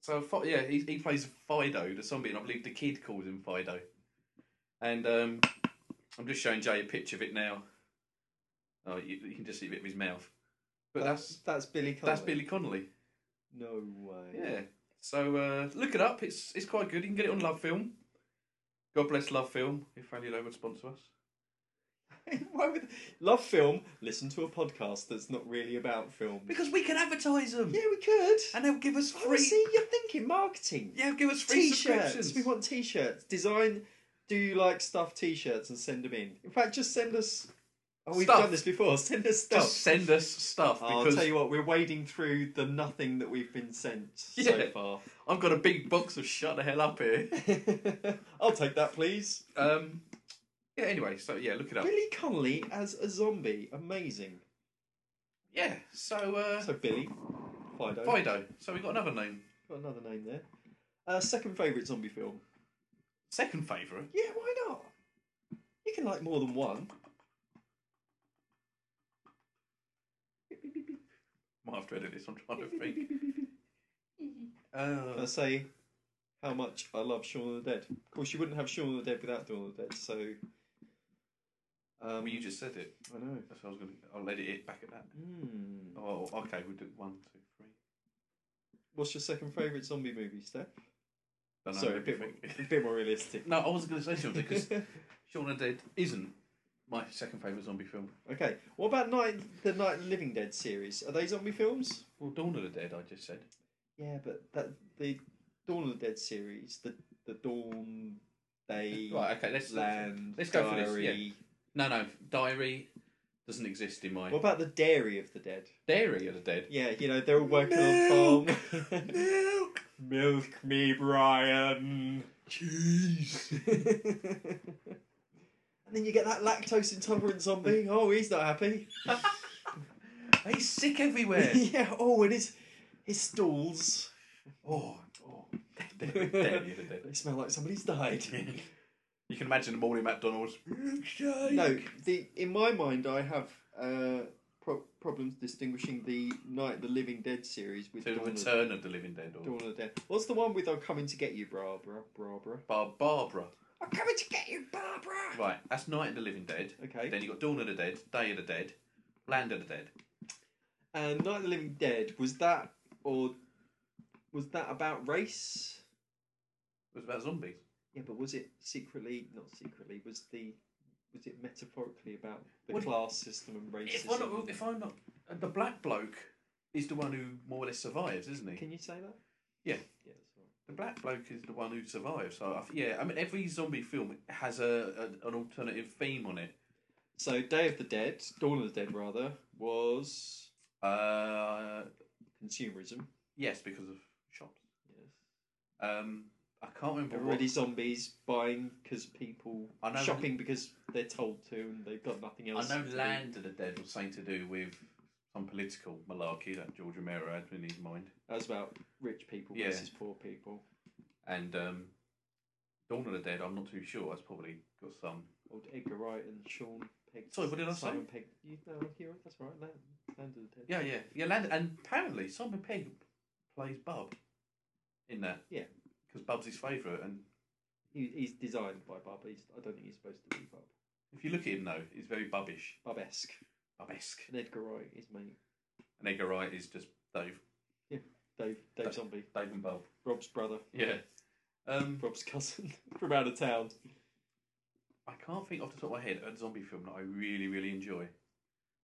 S3: So Fi- yeah, he, he plays Fido, the zombie, and I believe the kid calls him Fido. And um, I'm just showing Jay a picture of it now. Oh, you, you can just see a bit of his mouth. But that's
S2: that's Billy. Connolly.
S3: that's Billy Connolly.
S2: No way.
S3: Yeah. So uh, look it up. It's it's quite good. You can get it on Love Film. God bless Love Film. If only they would sponsor us.
S2: Why would love film? Listen to a podcast that's not really about film.
S3: Because we can advertise them,
S2: yeah, we could.
S3: and they'll give us
S2: Oh,
S3: free.
S2: see, you're thinking marketing.
S3: Yeah, give us free
S2: T-shirts.
S3: subscriptions.
S2: We want T-shirts. Design. Do you like stuff? T-shirts and send them in. In fact, just send us. Oh, we've
S3: Stuff.
S2: done this before. Send us stuff.
S3: Just send us stuff
S2: Oh, I'll
S3: because
S2: tell you what, we're wading through the nothing that we've been sent
S3: Yeah.
S2: so far.
S3: I've got a big box of shut the hell up here.
S2: I'll take that, please.
S3: Um, yeah. Anyway, so yeah, look it up.
S2: Billy Connolly as a zombie, amazing.
S3: Yeah. So uh,
S2: So uh, Billy, Fido,
S3: Fido. So we got another name.
S2: got another name there. Uh, second favourite zombie film.
S3: Second favourite.
S2: Yeah, why not? You can like more than one.
S3: Might have to edit this. I'm trying to think. Uh,
S2: I say how much I love Shaun of the Dead. Of course, you wouldn't have Shaun of the Dead without Dawn of the Dead. So, um,
S3: well, you just said it.
S2: I know.
S3: That's what I was gonna. I'll edit it back at that.
S2: Mm.
S3: Oh, okay. We'll do one, two, three.
S2: What's your second favourite zombie movie, Steph?
S3: Don't know.
S2: Sorry, a bit more, a bit more realistic.
S3: No, I wasn't going to say something because Shaun of the Dead isn't my second favourite zombie film.
S2: okay, what about Night the Night of the Living Dead series? Are they zombie films?
S3: Well, Dawn of the Dead, I just said.
S2: Yeah, but that the Dawn of the Dead series, the the Dawn Day
S3: Right, okay, let's
S2: Land
S3: let's go for
S2: Diary.
S3: this, No, no, Diary doesn't exist in my
S2: What about the Dairy of the Dead?
S3: Dairy of the Dead.
S2: Yeah, you know they're all working on farm. Milk, milk me, Brian.
S3: Jeez.
S2: and then you get that lactose intolerant zombie. Oh, he's not happy.
S3: He's sick everywhere.
S2: yeah. Oh, and his his stools.
S3: oh, oh. Dairy of the Dead.
S2: They smell like somebody's died.
S3: You can imagine them all in McDonald's.
S2: no, the in my mind, I have uh, pro- problems distinguishing the Night of the Living Dead series with
S3: To the
S2: Dawn of,
S3: Return of the Living Dead or
S2: Dawn of the Dead. What's the one with "I'm coming to get you, Barbara"? Barbara.
S3: Bar- Barbara.
S2: I'm coming to get you, Barbara.
S3: Right, that's Night of the Living Dead.
S2: Okay.
S3: Then you got Dawn of the Dead, Day of the Dead, Land of the Dead.
S2: And Night of the Living Dead was that or was that about race?
S3: It was about zombies.
S2: Yeah, but was it secretly not secretly? Was the was it metaphorically about the
S3: What-
S2: class system and
S3: If I'm
S2: racism?
S3: not, if I'm not, the black bloke is the one who more or less survives, isn't he?
S2: Can you say that?
S3: Yeah.
S2: Yeah, that's all
S3: The black bloke is the one who survives. So I, yeah, I mean every zombie film has a, a an alternative theme on it.
S2: right. So Day of the Dead, Dawn of the Dead rather, was
S3: Uh,
S2: consumerism.
S3: yes, because of shops.
S2: Yes.
S3: Um, I can't remember.
S2: Everybody
S3: what-
S2: zombies buying because people
S3: I know-
S2: shopping because they're told to and they've got nothing
S3: I
S2: else.
S3: know
S2: to do.
S3: Land of the Dead was something to do with some political malarkey that George Romero had in his mind.
S2: That was about rich people
S3: Yeah.
S2: versus poor people.
S3: And um, Dawn of the Dead, I'm not too sure. That's probably got some.
S2: Old Edgar Wright and Sean Pegg.
S3: Sorry, what did I say?
S2: Simon Pegg. You know, you're right, that's all right. Land, Land of the Dead.
S3: Yeah, yeah, yeah. Land, and apparently Simon Pegg plays Bub in that.
S2: Yeah.
S3: because Bub's his favourite. And
S2: He, he's designed by Bob. He's, I don't think he's supposed to be Bob.
S3: if you look at him though, he's very bubbish,
S2: Bob-esque.
S3: bubesque.
S2: And Edgar Wright is mate.
S3: And Edgar Wright is just Dave,
S2: Dave, Dave
S3: Dave.
S2: Zombie.
S3: Dave and Bub.
S2: Rob's brother.
S3: Yeah. Um,
S2: Rob's cousin from out of town.
S3: I can't think off the top of my head a zombie film that I really, really enjoy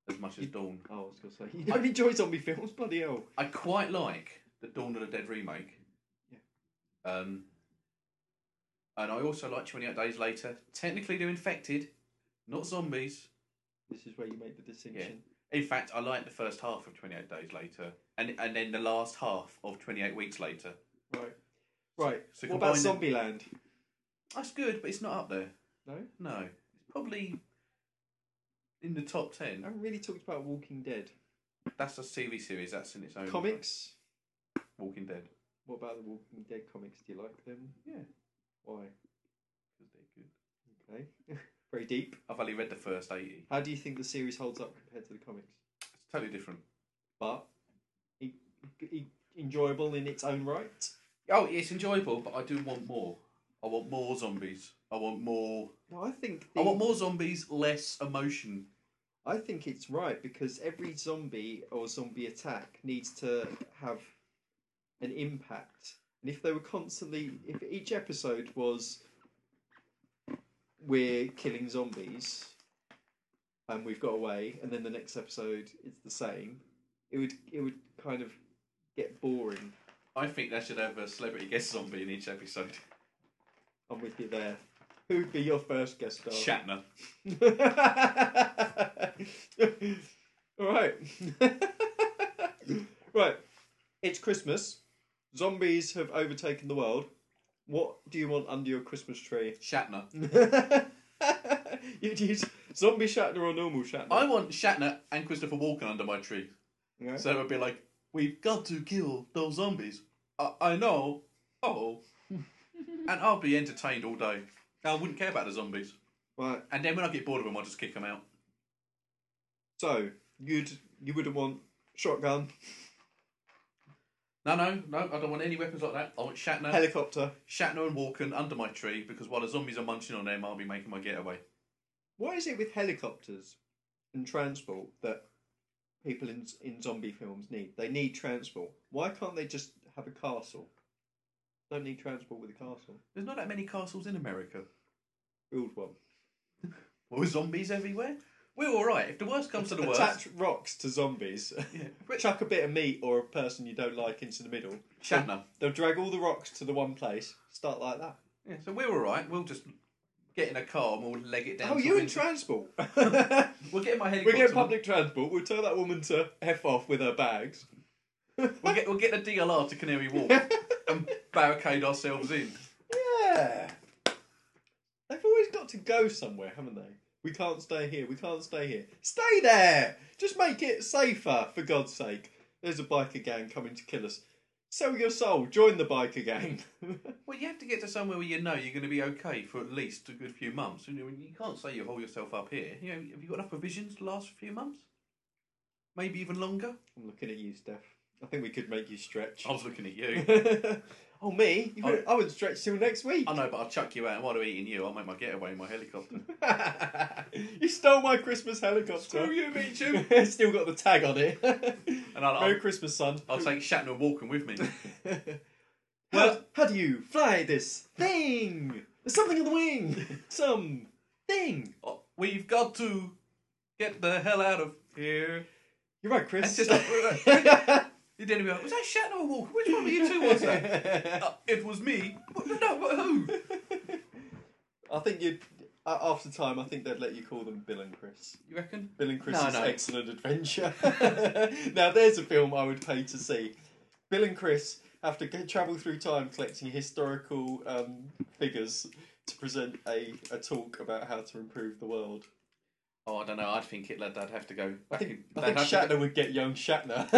S3: as much as Dawn.
S2: Oh, I was going to say. You don't enjoy zombie films? Bloody hell.
S3: I quite like the Dawn of the Dead remake.
S2: Yeah.
S3: Um, and I also like 28 Days Later. Technically, they're infected, not zombies.
S2: This is where you make the distinction.
S3: In fact, I like the first half of 28 Days Later, and and then the last half of 28 Weeks Later.
S2: Right. Right.
S3: So
S2: what about
S3: combine
S2: Zombieland?
S3: That's good, but it's not up there.
S2: No?
S3: No, it's probably in the top
S2: I
S3: ten.
S2: haven't really talked about Walking Dead.
S3: That's a TV series. That's in its own.
S2: Comics?
S3: Walking Dead.
S2: What about the Walking Dead comics? Do you like them?
S3: Yeah,
S2: Why?
S3: 'cause they're good.
S2: Okay. Very deep.
S3: I've only read the first eighty.
S2: How do you think the series holds up compared to the comics?
S3: It's totally different.
S2: But e- e- enjoyable in its own right.
S3: Oh, it's enjoyable, but I do want more. I want more zombies. I want more.
S2: No, I think
S3: I
S2: the-
S3: want more zombies, less emotion.
S2: I think it's right because every zombie or zombie attack needs to have an impact. And if they were constantly, if each episode was, we're killing zombies, and we've got away, and then the next episode it's the same, it would it would kind of get boring.
S3: I think they should have a celebrity guest zombie in each episode.
S2: I'm with you there. Who would be your first guest star?
S3: Shatner.
S2: All right. right. It's Christmas. Zombies have overtaken the world. What do you want under your Christmas tree?
S3: Shatner.
S2: You'd use zombie Shatner or normal Shatner.
S3: I want Shatner and Christopher Walken under my tree.
S2: Yeah.
S3: So it would be like, we've got to kill those zombies. I, I know. Oh. and I'll be entertained all day. I wouldn't care about the zombies.
S2: Right.
S3: And then when I get bored of them, I'll just kick them out.
S2: So you'd you wouldn't want shotgun,
S3: No, no, no, I don't want any weapons like that. I want Shatner.
S2: helicopter.
S3: Shatner and Walken under my tree because while the zombies are munching on them, I'll be making my getaway.
S2: Why is it with helicopters and transport that people in in zombie films need. They need transport. Why can't they just have a castle? Don't need transport with a castle.
S3: There's not that many castles in America.
S2: Build one.
S3: Well, zombies everywhere. We're all right. If the worst comes to the worst,
S2: Attach rocks to zombies.
S3: But-
S2: Chuck a bit of meat or a person you don't like into the middle.
S3: Shatner.
S2: They'll drag all the rocks to the one place. Start like that.
S3: Yeah, so we're all right. We'll just get in a car and we'll leg it down.
S2: Oh,
S3: to
S2: you in
S3: Windsor.
S2: transport? we
S3: We'll get my helicopter.
S2: get public transport. We'll tell that woman to f off with her bags.
S3: We'll get we'll get the DLR to Canary Wharf and barricade ourselves in.
S2: Yeah. They've always got to go somewhere, haven't they? We can't stay here. We can't stay here. Stay there. Just make it safer, for God's sake. There's a biker gang coming to kill us. Sell your soul. Join the biker gang.
S3: Well, you have to get to somewhere where you know you're going to be okay for at least a good few months. You, know, you can't say you hold yourself up here. You know, have you got enough provisions to last a few months? Maybe even longer.
S2: I'm looking at you, Steph. I think we could make you stretch.
S3: I was looking at you.
S2: oh me? You would, I would stretch till next week.
S3: I know, but I'll chuck you out. And while they're eating you, I'll make my getaway in my helicopter.
S2: you stole my Christmas helicopter.
S3: Screw you, Meacham.
S2: Still got the tag on it.
S3: And I'll,
S2: Merry
S3: I'll,
S2: Christmas, son.
S3: I'll take Shatner walking with me.
S2: Well, how do you fly this thing? There's something in the wing. Some thing.
S3: Oh, We've got to get the hell out of here.
S2: You're right, Chris.
S3: That's just- You'd then be like, was that Shatner or Walker? Which one of you two was that? "Uh, it was me. What, no, but who?
S2: I think you'd. a- After time, I think they'd let you call them Bill and Chris.
S3: You reckon?
S2: Bill and Chris's
S3: no.
S2: Excellent Adventure. now, there's a film I would pay to see. Bill and Chris have to go, travel through time collecting historical um, figures to present a, a talk about how to improve the world.
S3: Oh, I don't know. I think it, they'd have to go
S2: I
S3: back
S2: think,
S3: in.
S2: I
S3: they'd
S2: think
S3: have to go-
S2: Shatner would get young Shatner.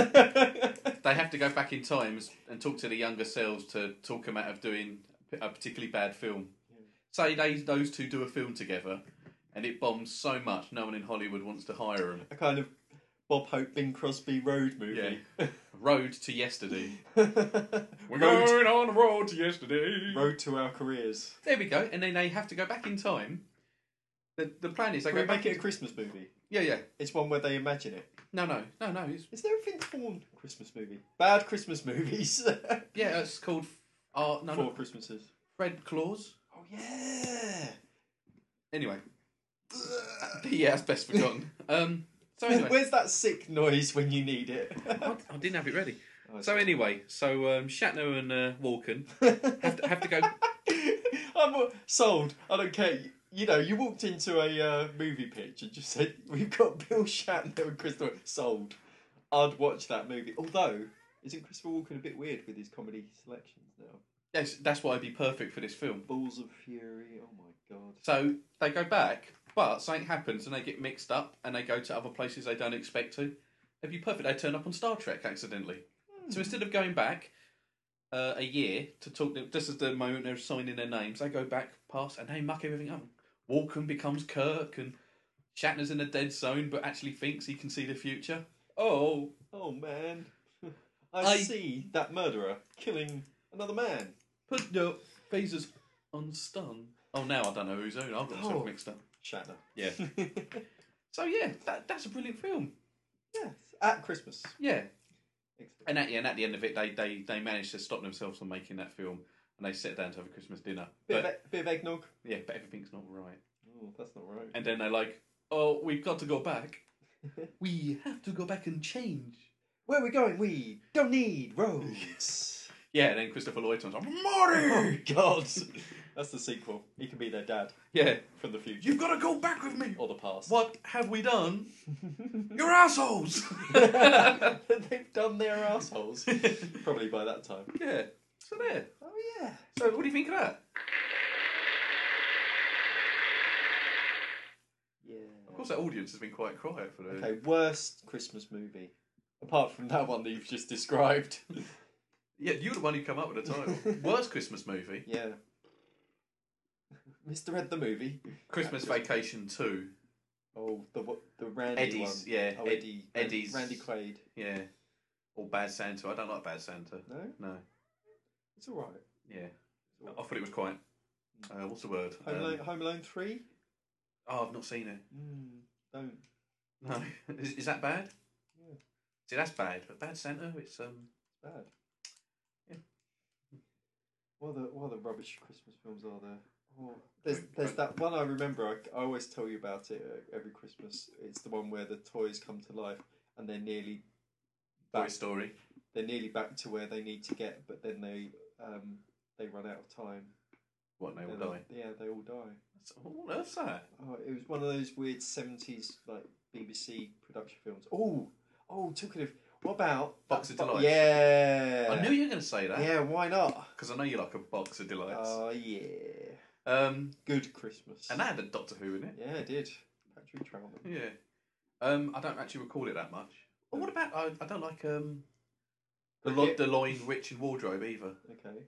S3: they have to go back in time and talk to the younger selves to talk them out of doing a particularly bad film. Say they those two do a film together, and it bombs so much, no one in Hollywood wants to hire them.
S2: a kind of Bob Hope, Bing Crosby road movie.
S3: Road to Yesterday.
S4: We're
S2: Road.
S4: going on the road to yesterday.
S2: road to our careers.
S3: There we go. And then they have to go back in time. The, the plan is they
S2: Can we
S3: go back.
S2: make it a Christmas movie?
S3: Yeah, yeah.
S2: It's one where they imagine it.
S3: No, no, no, no. It's,
S2: Is there a thing called Christmas movie? Bad Christmas movies.
S3: yeah, it's called. Uh, no,
S2: Four
S3: no,
S2: Christmases.
S3: Fred Claus.
S2: Oh yeah.
S3: Anyway. yeah, that's best forgotten. Um, so anyway,
S2: Where's that sick noise when you need it?
S3: I, I didn't have it ready.
S2: Oh,
S3: So anyway, so um, Shatner and uh, Walken have to, have to go.
S2: I'm all- sold. I don't care. You- You know, you walked into a uh, movie pitch and just said, "We've got Bill Shatner and Christopher." Sold. I'd watch that movie. Although, isn't Christopher Walken a bit weird with his comedy selections now?
S3: That's, that's why it'd be perfect for this film.
S2: Balls of Fury. Oh my god.
S3: So they go back, but something happens and they get mixed up and they go to other places they don't expect to. It'd be perfect. They turn up on Star Trek accidentally. So instead of going back uh, a year to talk, to, just as the moment they're signing their names, they go back past and they muck everything up. Walken becomes Kirk and Shatner's in a dead zone, but actually thinks he can see the future. Oh,
S2: Oh man. I,
S3: I-
S2: see that murderer killing another man.
S3: put your phasers on stun. Oh, now I don't know who's who. I've got myself
S2: Oh.
S3: mixed up.
S2: Shatner.
S3: Yeah.
S2: yes.
S3: So yeah, that, that's a brilliant film.
S2: At Christmas.
S3: Yeah.
S2: Excellent.
S3: And at, and at the end of it, they, they, they managed to stop themselves from making that film and they sat down to have a Christmas dinner.
S2: Bit,
S3: But
S2: of, e- bit of eggnog.
S3: yeah, but everything's not right.
S2: Oh, that's not right.
S3: And then they're like, oh, we've got to go back. we have to go back and change.
S2: Where are we going? We don't need roads.
S3: Yeah, and then Christopher Lloyd turns on.
S2: Marty! God. That's the sequel. He can be their dad
S3: Yeah,
S2: from the future
S3: you've got to go back with me.
S2: or the past.
S3: What have we done? You're assholes.
S2: They've done their assholes. Probably by that time.
S3: yeah. So there.
S2: Oh, yeah.
S3: So what do you think of that?
S2: Yeah.
S3: Of course, that audience has been quite quiet for the.
S2: Okay, worst Christmas movie. Apart from that one that you've just described.
S3: Yeah, you're the one who come up with the title. Worst Christmas movie.
S2: yeah. Mr. Ed the movie.
S3: Christmas Vacation Two.
S2: Oh, the wa- the Randy
S3: Eddie's.
S2: one.
S3: Yeah.
S2: Oh,
S3: Ed-
S2: Eddie.
S3: Eddie's-
S2: Randy Quaid.
S3: Yeah. Or Bad Santa. I don't like Bad Santa.
S2: No,
S3: No.
S2: it's all right.
S3: Yeah. I thought it was quite. Uh, what's the word?
S2: Home, Alone,
S3: Um,
S2: Home Alone three.
S3: oh, I've not seen it.
S2: Mm, don't.
S3: No. is, is that bad?
S2: Yeah.
S3: See, that's bad. But bad Santa, it's um.
S2: Bad. What other, what other rubbish Christmas films are there? Oh, there's,
S3: Drink,
S2: there's
S3: drink.
S2: that one I remember. I, I always tell you about it uh, every Christmas. It's the one where the toys come to life and they're nearly
S3: Toy
S2: back.
S3: Story.
S2: They're nearly back to where they need to get, but then they um, they run out of time.
S3: What, they all
S2: They're
S3: die?
S2: like- Yeah, they all die.
S3: That's, what on earth's that?
S2: Oh, it was one of those weird seventies like BBC production films. Oh, oh, talking of what about
S3: Box of
S2: Bu-
S3: Delights.
S2: Yeah,
S3: I knew you were going to say that.
S2: Yeah, why not?
S3: Because I know you like a box of delights.
S2: Oh yeah,
S3: um,
S2: good Christmas.
S3: and that had a Doctor Who in it.
S2: Yeah, it did. Patrick Troughton.
S3: Yeah. Um, I don't actually recall it that much. Oh, what about I, I don't like um the lo-
S2: Cricket.
S3: the loin rich and wardrobe either.
S2: Okay,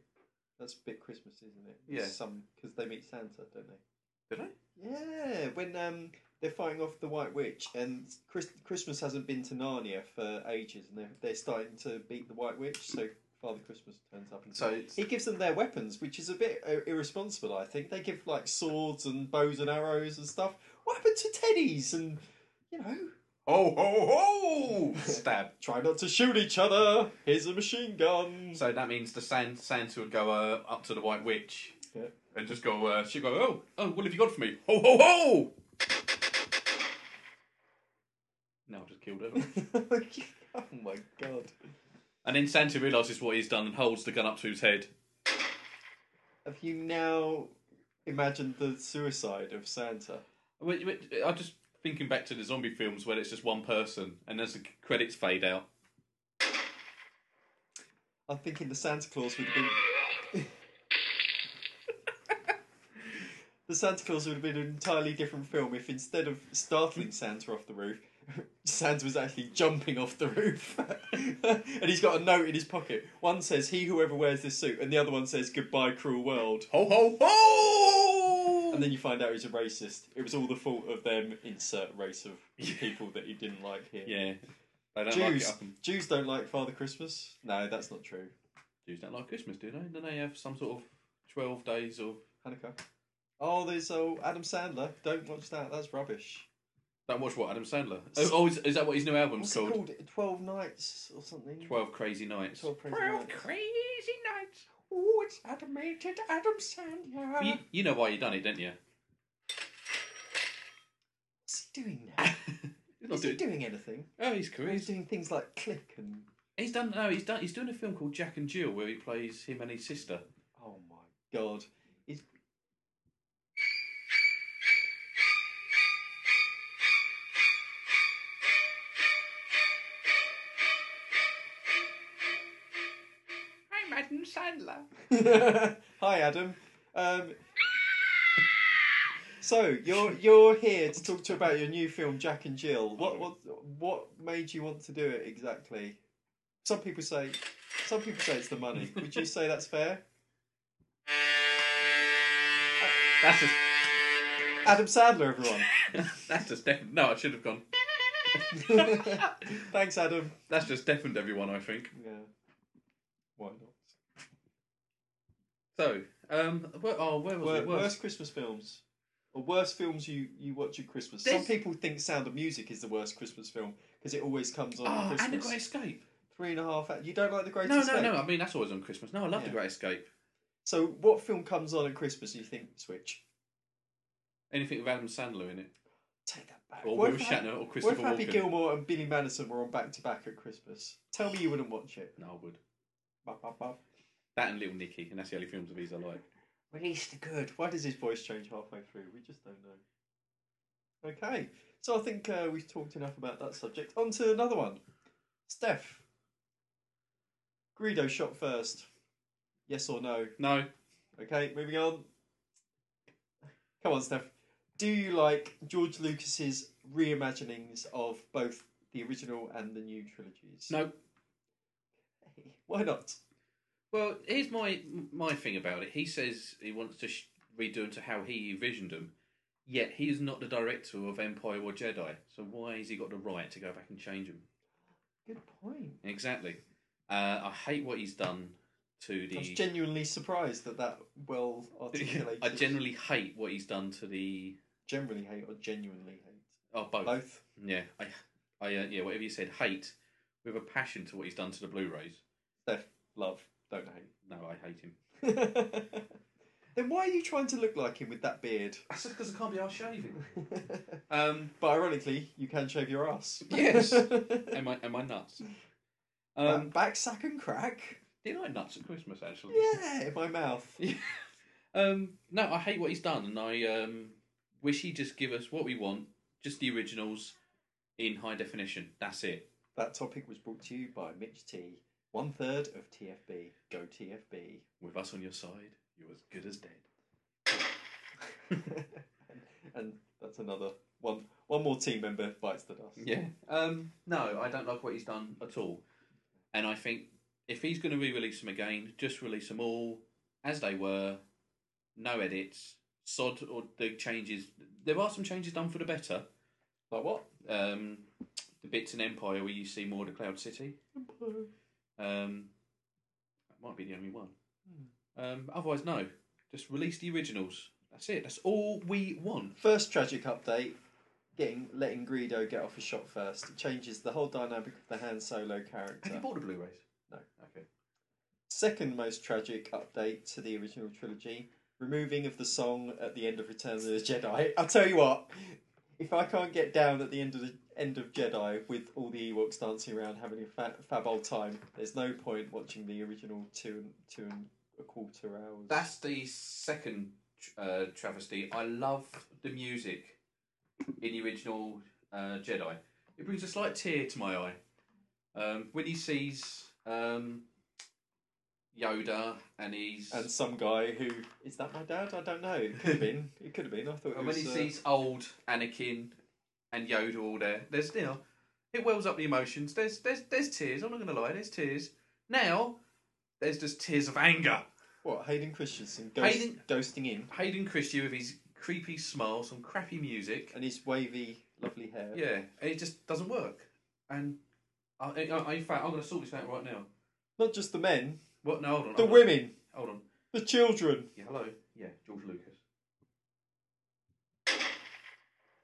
S2: that's a bit Christmas, isn't it?
S3: Yeah.
S2: some because they meet Santa, don't they?
S3: Did I?
S2: Yeah, when um they're fighting off the White Witch, and Chris- Christmas hasn't been to Narnia for ages, and they're they're starting to beat the White Witch, so Father Christmas turns up and
S3: So it's
S2: He gives them their weapons, which is a bit uh, irresponsible, I think. They give like swords and bows and arrows and stuff. What happened to teddies? And you know,
S3: ho ho ho stab.
S2: try not to shoot each other. Here's a machine gun.
S3: So that means the San- Santa would go uh, up to the White Witch
S2: Yeah.
S3: and just go. Uh, she go. Oh, oh, what have you got for me? Ho ho ho! No, I just killed her.
S2: oh my god!
S3: and then Santa realizes what he's done and holds the gun up to his head.
S2: Have you now imagined the suicide of Santa?
S3: Wait, wait, I'm just thinking back to the zombie films where it's just one person, and as the credits fade out,
S2: I'm thinking the Santa Claus would have been. the Santa Claus would have been an entirely different film if instead of startling Santa off the roof, Santa was actually jumping off the roof. and he's got a note in his pocket. One says, He whoever wears this suit, and the other one says, Goodbye, cruel world.
S3: ho ho ho!
S2: And then you find out he's a racist. It was all the fault of them, insert race of people that you didn't like here.
S3: yeah, they don't like it
S2: Jews,
S3: up and
S2: Jews don't like Father Christmas. No, that's not true.
S3: Jews don't like Christmas, do they? Then they have some sort of twelve days of
S2: Hanukkah. Oh, there's oh Adam Sandler. Don't watch that. That's rubbish.
S3: don't watch what Adam Sandler. Oh, oh, is, is that what his new album's
S2: What's
S3: called?
S2: it called? Twelve Nights or something.
S3: Twelve Crazy Nights.
S2: Twelve Crazy Nights.
S3: Crazy Nights.
S2: Oh, it's animated Adam Sandler.
S3: You, you know why you done it, don't you?
S2: What's he doing now?
S3: He's
S2: Is he doing anything?
S3: oh, he's
S2: He's
S3: crazy.
S2: doing things like click and
S3: He's done. No, he's done. He's doing a film called Jack and Jill where he plays him and his sister.
S2: oh my god. He's
S3: I'm Adam Sandler.
S2: Hi Adam. Um So you're you're here to talk to about your new film Jack and Jill. What what what made you want to do it exactly? Some people say some people say it's the money. Would you say that's fair?
S3: That's just
S2: Adam Sandler, everyone.
S3: That's just deafened. No, I should have gone.
S2: Thanks, Adam.
S3: That's just deafened everyone, I think.
S2: Yeah. Why not?
S3: So, um, where, oh, where was
S2: Wor-
S3: it?
S2: worst?
S3: Worst.
S2: Christmas films. Or worst films you, you watch at Christmas. Some
S3: There's-
S2: people think Sound of Music is the worst Christmas film because it always comes on at
S3: Oh,
S2: Christmas.
S3: and The Great Escape.
S2: Three and a half hours. You don't like The Great
S3: No, no,
S2: Escape?
S3: no. I mean, that's always on Christmas. No, I love The
S2: Yeah.
S3: Great Escape.
S2: So what film comes on at Christmas do you think, Switch?
S3: Anything with Adam Sandler in it.
S2: Take that back.
S3: Or
S2: What
S3: Will
S2: if Ha-
S3: Shatner or
S2: What
S3: Christopher
S2: if Happy
S3: Walken.
S2: Gilmore and Billy Madison were on back to back at Christmas? Tell me you wouldn't watch it.
S3: no, I would.
S2: Bop, bop, bop.
S3: That and Little Nicky, and that's the only films of his I like.
S2: Release the good. Why does his voice change halfway through? We just don't know. Okay, so I think uh, we've talked enough about that subject. On to another one. Steph. Greedo shot first. Yes or no?
S3: No,
S2: Okay, moving on. Come on, Steph. Do you like George Lucas's reimaginings of both the original and the new trilogies?
S3: no.
S2: Why not?
S3: Well, here's my my thing about it. He says he wants to sh- redo them to how he envisioned them. Yet he is not the director of Empire or Jedi, so why has he got the right to go back and change them?
S2: Good point.
S3: Exactly. Uh, I hate what he's done to
S2: I was
S3: the.
S2: genuinely surprised that that well articulated.
S3: I generally hate what he's done to the.
S2: generally hate or genuinely hate
S3: Oh, both.
S2: both.
S3: Yeah, I, I, uh, yeah, whatever you said, hate with a passion to what he's done to the Blu-rays.
S2: Steph, love, don't hate.
S3: No, I hate him.
S2: then why are you trying to look like him with that beard?
S3: That's just because I can't be arsed shaving. Um,
S2: But ironically, you can shave your ass.
S3: Yes. am I am I nuts?
S2: um,
S3: Um,
S2: back sack and crack.
S3: did I nuts at Christmas actually?
S2: Yeah, in my mouth.
S3: Um, no, I hate what he's done, and I um, wish he'd just give us what we want, just the originals in high definition. That's it.
S2: That topic was brought to you by Mitch T. One third of TFB. Go TFB.
S3: With us on your side, you're as good as dead.
S2: and that's another one. One more team member bites the dust.
S3: Yeah. Um, no, I don't like what he's done at all, and I think if he's going to re-release them again, just release them all as they were, no edits, sod or the changes. There are some changes done for the better.
S2: Like what?
S3: um, the bits in Empire where you see more of the Cloud City. Um, that might be the only one. Um, otherwise, no. Just release the originals. That's it. That's all we want.
S2: First tragic update. Getting letting Greedo get off his shot first. It changes the whole dynamic of the Han Solo character.
S3: Have you bought the Blu-rays?
S2: No.
S3: Okay.
S2: Second most tragic update to the original trilogy, removing of the song at the end of Return of the Jedi. I'll tell you what, if I can't get down at the end of the end of Jedi with all the Ewoks dancing around having a fa- fab old time, there's no point watching the original two and two and a quarter hours.
S3: That's the second uh, travesty. I love the music in the original uh, Jedi. It brings a slight tear to my eye um, when he sees um, Yoda and he's
S2: and some guy who is that my dad? I don't know. It could have been. It could have been. I thought it
S3: And when
S2: was.
S3: he
S2: uh,
S3: sees old Anakin and Yoda all there, there's you know, it wells up the emotions. There's there's there's tears. I'm not gonna lie, there's tears. Now there's just tears of anger.
S2: what Hayden Christensen ghost,
S3: Hayden-
S2: ghosting in,
S3: Hayden Christie with his creepy smile, some crappy music.
S2: and his wavy, lovely hair.
S3: Yeah, and it just doesn't work. And I, I, I, in fact, I'm gonna sort this out right now.
S2: Not just the men,
S3: What? No, hold on.
S2: the
S3: hold on.
S2: women,
S3: Hold on.
S2: the children.
S3: Yeah, hello. Yeah, George Lucas.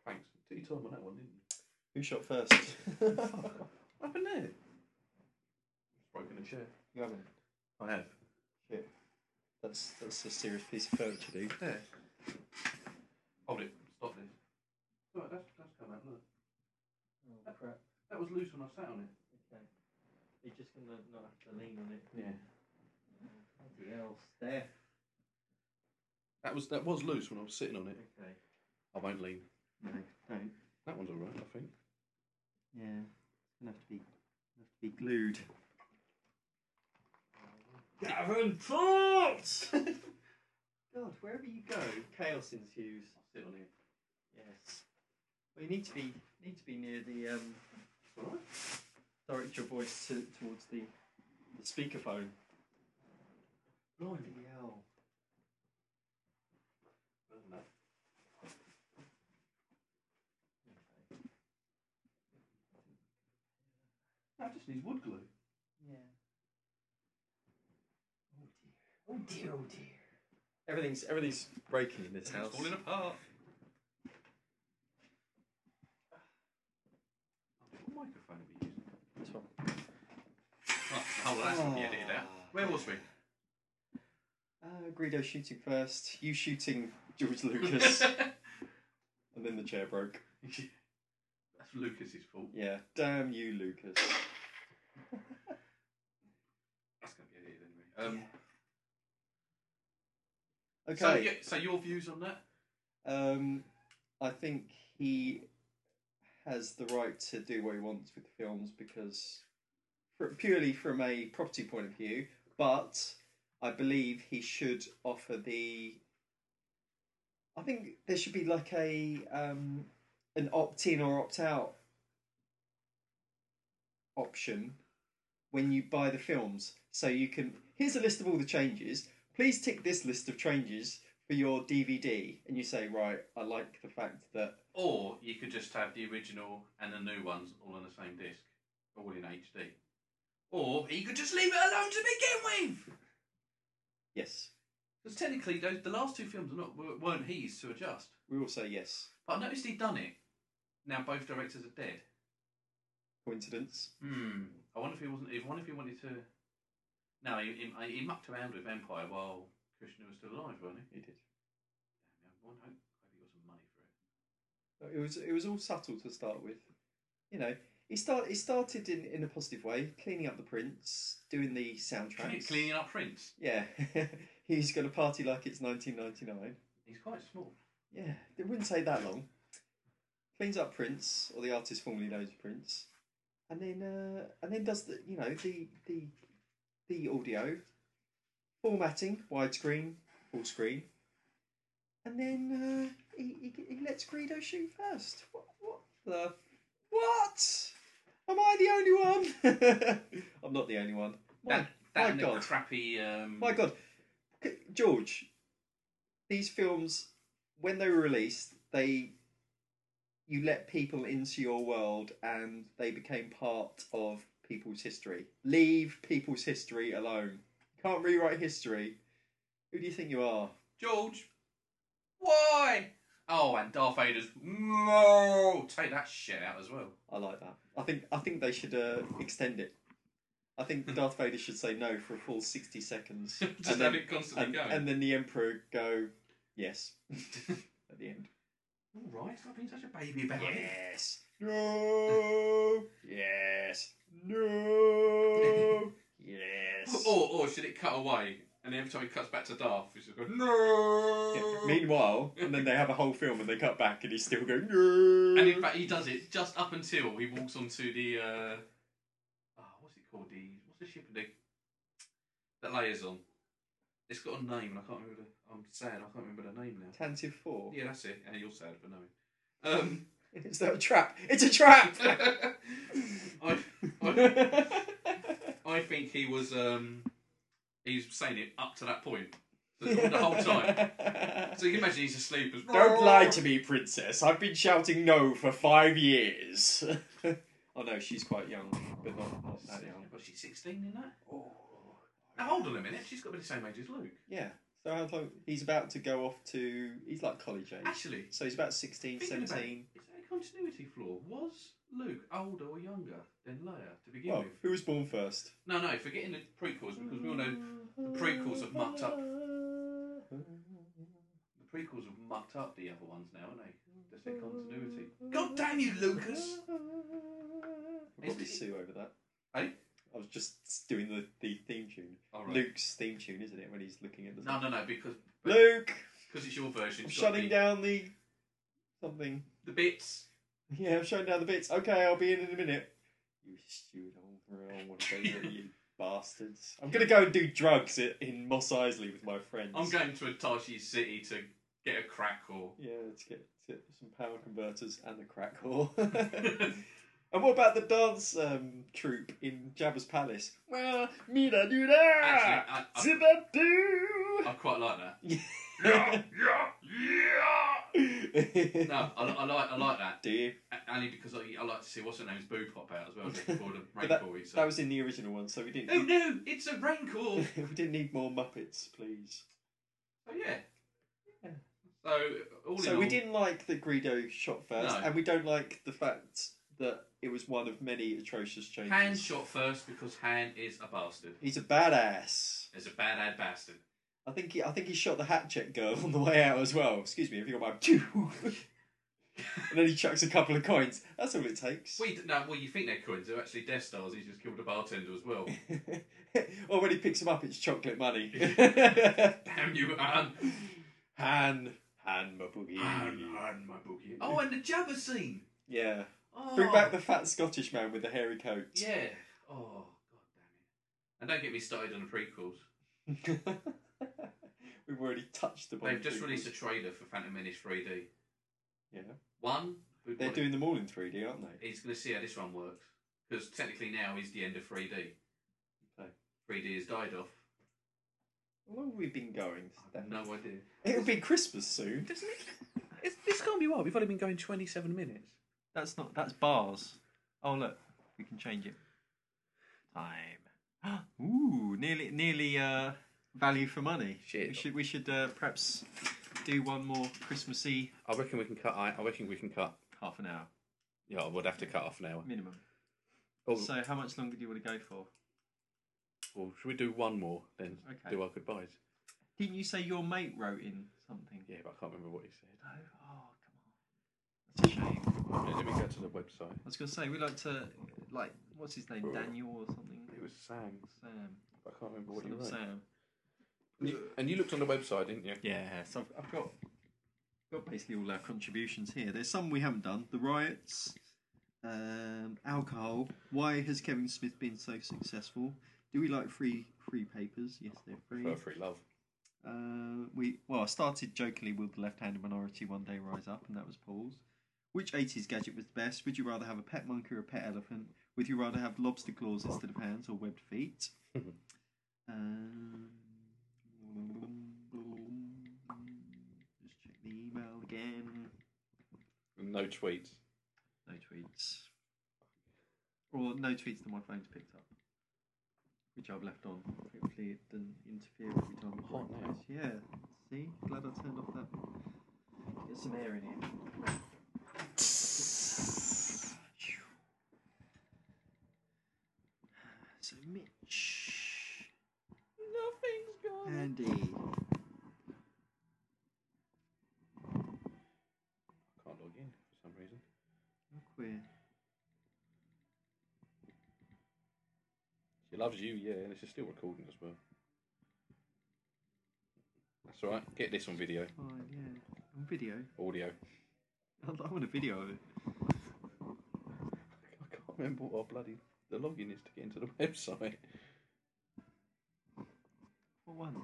S3: Thanks. Took your time on that one, didn't you?
S2: Who shot first? you
S3: What happened there? Broken a chair.
S2: haven't.
S3: I have.
S2: That's that's a serious piece of furniture, dude.
S3: There. Hold it. Stop this. Right, that's, that's come out, look. that, that was loose when I sat on it.
S5: You're just gonna not have to lean on it.
S3: Yeah.
S5: Bloody hell, Steph.
S3: That was that was loose when I was sitting on it.
S5: Okay.
S3: I won't lean.
S5: No, don't.
S3: That one's alright, I think.
S5: Yeah. It's gonna have to be gonna have to be glued. Gavin Thoughts God, wherever you go, chaos ensues.
S3: I'll sit on it.
S5: Yes. Well you need to be need to be near the um direct your voice to, towards the
S2: The speakerphone.
S5: Blimey hell.
S3: That just needs wood glue.
S5: Yeah. Oh dear. Oh dear. Oh dear.
S2: Everything's everything's breaking in this house.
S3: Falling apart. What microphone are we using? Oh, oh well, that's not the edited out. Where was we?
S2: Uh, Greedo shooting first. You shooting George Lucas, and then the chair broke.
S3: That's Lucas's fault.
S2: Yeah. Damn you, Lucas.
S3: That's going to be edited anyway. Um,
S2: Okay.
S3: So, yeah, so your views on that?
S2: Um, I think he has the right to do what he wants with the films because, fr purely from a property point of view, but I believe he should offer the. I think there should be like a um, an opt in or opt out option when you buy the films, so you can. Here's a list of all the changes. Please tick this list of changes for your DVD, and you say, right, I like the fact that
S3: Or you could just have the original and the new ones all on the same disc, all in HD. Or you could just leave it alone to begin with!
S2: yes,
S3: Because technically, those, the last two films are not, were- weren't his to adjust.
S2: we all say yes.
S3: But I noticed he'd done it. Now both directors are dead.
S2: Coincidence.
S3: Hmm. I wonder if he wasn't. If one if he wanted to. No, he, he, he mucked around with Empire while Kushner was still alive, wasn't he?
S2: He did.
S3: Damn, I wonder, hope he got some money for it.
S2: It was it was all subtle to start with. You know, he start he started in, in a positive way, cleaning up the prints, doing the
S3: Cle-
S2: soundtracks.
S3: Cleaning up prints.
S2: Yeah, he's going to party like it's 1999.
S3: He's quite small.
S2: Yeah, it wouldn't take that long. Cleans up Prince, or the artist formerly known as Prince, and then uh, and then does the you know the the the audio formatting, widescreen, full screen, and then uh, he, he he lets Greedo shoot first. What, what the what? Am I the only one? I'm not the only one. My
S3: That, that
S2: my
S3: and
S2: God.
S3: the crappy. Um,
S2: my god, C- George, these films, when they were released, they you let people into your world and they became part of people's history. Leave people's history alone. Can't rewrite history. Who do you think you are?
S3: George, why? Oh, and Darth Vader's. No, take that shit out as well.
S2: I like that. I think I think they should uh, extend it. I think Darth Vader should say no for a full sixty seconds,
S4: Hmm. Just have it constantly
S2: and,
S4: going.
S2: and then the Emperor go yes at the end.
S3: All right, I've been such a baby about it.
S2: Yes. No. yes. No. yes.
S3: Oh.
S4: Or, or should it cut away? And every time it cuts back to Darth, he's just going, no!
S2: Meanwhile, and then they have a whole film and they cut back and he's still going.
S3: And
S2: No.
S3: in fact, he does it just up until he walks onto the. Uh, oh, what's it called? The what's the ship the, that layers on? It's got a name, and I can't remember. The, I'm sad. I can't remember the name now.
S2: Tantive four.
S3: Yeah, that's it. Yeah, you're sad for knowing. Um,
S2: Is that a trap? It's a trap.
S3: I, I, I think he was. Um, he was saying it up to that point the, the whole time. So you can imagine he's asleep. As,
S2: Don't lie to me, princess. I've been shouting no for five years. oh no, she's quite young, but not, not that young.
S3: But she's 16 in that. Now hold on a minute. She's got to be the same age as Luke.
S2: Yeah. So how long? He's about to go off to. He's like college age.
S3: Actually,
S2: So he's about 16,
S3: Thinking
S2: 17.
S3: About, is that a continuity flaw? Was Luke older or younger than Leia to begin
S2: Well,
S3: with?
S2: who was born first?
S3: No, no, forgetting the prequels because we all know
S2: Mm.
S3: the prequels have mucked up. The prequels have mucked up the other ones now, haven't they? Just their
S2: Mm.
S3: continuity. God damn you, Lucas!
S2: I'll probably sue over that.
S3: Eh?
S2: I was just doing the, the theme tune.
S3: All right.
S2: Luke's theme tune, isn't it? When he's looking at the
S3: No, no, no, because
S2: Luke,
S3: because it's your version.
S2: I'm
S3: it's gotta
S2: shutting
S3: be
S2: down the something.
S3: the bits.
S2: Yeah, I'm shutting down the bits. Okay, I'll be in in a minute. You stupid old I want to go you bastards. I'm gonna go and do drugs i- in Moss Isley with my friends.
S3: I'm going to Atashi City to get a crack or.
S2: Yeah, let's get, get some power converters and a crack whore. and what about the dance um, troupe in Jabba's palace? Well, me da do da,
S3: Actually, I,
S2: sit
S3: I,
S2: that do.
S3: I quite like that.
S4: Yeah, yeah, yeah!
S3: No, I, li- I like I like that.
S2: Do you?
S3: A- Only because I, I like to see what's her name's boo pop out as well just before the
S2: But
S3: rain boy.
S2: That was in the original one, so we
S3: Oh
S2: didn't.
S3: no, it's a raincore.
S2: we didn't need more Muppets, please.
S3: oh yeah. So all in
S2: So
S3: all,
S2: we didn't like that Greedo shot first,
S3: No.
S2: and we don't like the fact that it was one of many atrocious changes.
S3: Han shot first because Han is a bastard.
S2: He's a badass.
S3: He's a bad ad bastard.
S2: I think he, I think he shot the hat check girl on the way out as well. Excuse me, if you got my. and then he chucks a couple of coins. That's all it takes.
S3: We d- no, well you think they're coins? They're actually Death Stars. He's just killed a bartender as well.
S2: or when he picks him up, it's chocolate money.
S3: Damn you, Han!
S2: Han, Han, my boogie.
S3: Han, Han, my bookie. Oh, and the Jabba scene.
S2: Yeah,
S3: Oh,
S2: bring back the fat Scottish man with the hairy coat.
S3: yeah. Oh god damn it! And don't get me started on the prequels.
S2: We've already touched upon.
S3: They've just
S2: prequels.
S3: released a trailer for Phantom Menace 3D.
S2: Yeah,
S3: One, who'd
S2: they're
S3: want it?
S2: doing them all in 3D, aren't they?
S3: he's going to see how this one works because technically now is the end of 3D.
S2: Okay.
S3: 3D has died off.
S2: How long have we been going?
S3: I have no idea.
S2: It'll be Christmas soon.
S3: Doesn't it? It's, this can't be right. We've only been going 27 minutes.
S5: That's not. That's bars. Oh look, we can change it. Time. Ooh, nearly, nearly. Uh, value for money.
S3: Shit.
S5: We should, we should uh, perhaps do one more Christmassy
S3: I reckon we can cut. I, I reckon we can cut.
S5: half an hour
S3: Yeah, I would have to cut off an hour.
S5: minimum.
S3: Oh.
S5: So how much longer do you want to go for?
S3: Well, should we do one more then?
S5: Okay.
S3: Do our goodbyes?
S5: Didn't you say your mate wrote in something?
S3: Yeah, but I can't remember what he said.
S5: No. Oh, come on. That's a shame.
S3: Let me go to the website.
S5: I was going to say, we like to, like, what's his name? Daniel or something?
S3: It was Sang.
S5: Sam.
S3: I can't remember what
S5: Son
S3: you
S5: of
S3: wrote.
S5: Sam.
S3: And you, and you looked on the website, didn't you?
S5: Yeah, so I've, I've got got basically all our contributions here. There's some we haven't done. The riots, um, alcohol. Why has Kevin Smith been so successful? Do we like free free papers? Yes, they're free.
S3: For free love.
S5: Uh, we well, I started jokingly with the left-handed minority one day rise up, and that was Paul's. Which 80s gadget was the best? Would you rather have a pet monkey or a pet elephant? Would you rather have lobster claws instead of hands or webbed feet? um, just check the email again.
S3: No tweets.
S5: No tweets. Or no tweets that my phone's picked up, which I've left on. Hopefully it didn't interfere every time. I
S3: Hot now.
S5: press. Yeah. See? Glad I turned off that. Get some air in here. So Mitch. Nothing's going. Andy.
S3: I can't log in for some reason.
S5: Queer.
S3: She loves you, yeah, and this is still recording as well. That's all right. Get this on video,
S5: Oh yeah. On video.
S3: audio.
S5: I I want a video of it.
S3: I can't remember what our bloody the login is to get into the website.
S5: What one?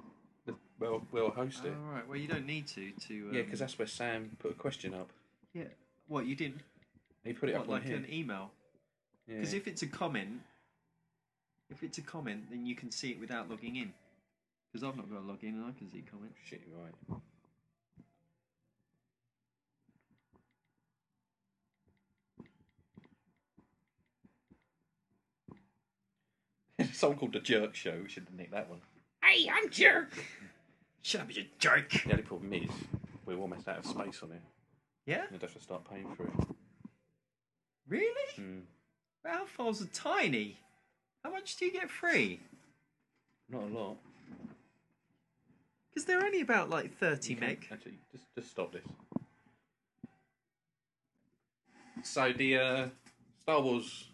S3: The- Well, we'll host it.
S2: Oh.
S5: All right. Well, you don't need to to. Um,
S3: Yeah, because that's where Sam put a question up.
S5: yeah. What you didn't
S3: He put it
S5: what,
S3: up on
S5: like
S3: here.
S5: an e- email?
S3: Yeah.
S5: Because if it's a comment, if it's a comment, then you can see it without logging in. Because I've not got to log in and I can see comments.
S3: Shit, you're right. There's a song called The Jerk Show. We should nick that one.
S1: Hey, I'm Jerk!
S5: Shut up, you jerk.
S3: The only problem is, we're almost out of space on it.
S5: Yeah.
S3: You'd have to start paying for it.
S5: Really?
S3: Mm.
S5: Our files are tiny. How much do you get free?
S3: Not a lot.
S5: Because they're only about like thirty
S3: You can-
S5: meg.
S3: Actually, just, just stop this. So the uh, Star Wars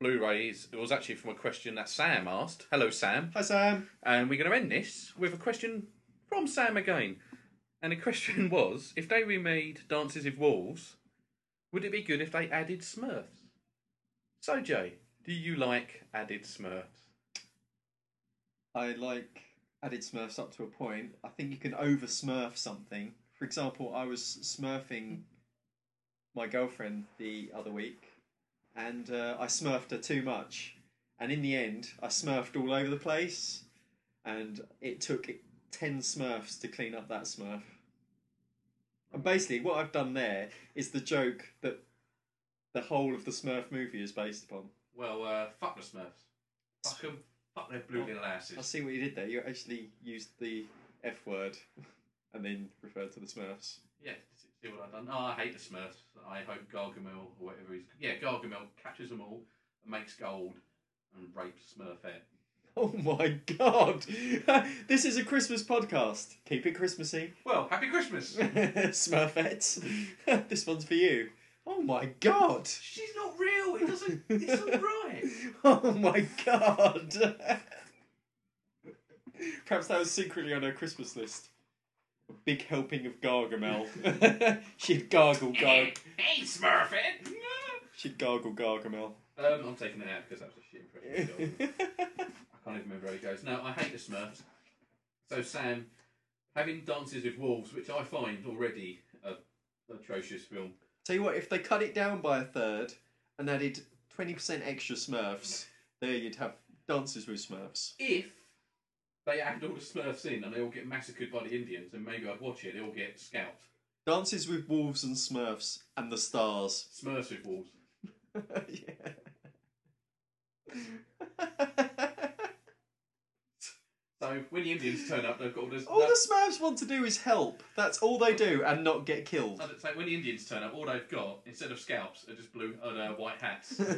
S3: Blu-ray is, it was actually from a question that Sam asked. Hello, Sam.
S2: Hi Sam.
S3: And we're going to end this with a question from Sam again. And the question was if they remade Dances with Wolves, would it be good if they added Smurfs? So, Jay, do you like added Smurfs?
S2: I like added Smurfs up to a point. I think you can over Smurf something. For example, I was Smurfing my girlfriend the other week, and uh, I Smurfed her too much. And in the end, I Smurfed all over the place, and it took ten Smurfs to clean up that Smurf. And basically, what I've done there is the joke that the whole of the Smurf movie is based upon.
S3: Well, uh, fuck the Smurfs. Fuck them. Fuck their blue little
S2: I
S3: asses.
S2: see what you did there. You actually used the F word and then referred to the Smurfs.
S3: Yeah, see what I've done. Oh, I hate the Smurfs. I hope Gargamel, or whatever he's. Yeah, Gargamel catches them all, makes gold, and rapes Smurfette.
S2: Oh my god! this is a Christmas podcast. Keep it Christmassy.
S3: Well, happy Christmas!
S2: Smurfettes. this one's for you. Oh my god!
S3: She's not real. It doesn't. It's all right.
S2: Oh my god! Perhaps that was secretly on her Christmas list. A big helping of Gargamel. She'd gargle, garg-
S3: Hey, Smurfette.
S2: She'd gargle Gargamel.
S3: Um, I'm taking it out because that was a shit impression. of Gargamel. I can't even remember how he goes. No, I hate the Smurfs. So Sam, having dances with wolves, which I find already a atrocious film.
S2: Tell you what, if they cut it down by a third and added 20% extra Smurfs, there you'd have dances with Smurfs.
S3: If they add all the Smurfs in and they all get massacred by the Indians, then maybe I'd watch it. They all get scalped.
S2: Dances with wolves and Smurfs and the stars.
S3: Smurfs with wolves. So when the Indians turn up, they've got all this.
S2: all the Smurfs want to do is help. That's all they do and not get killed.
S3: So when the Indians turn up, all they've got instead of scalps are just blue and uh, white hats. got-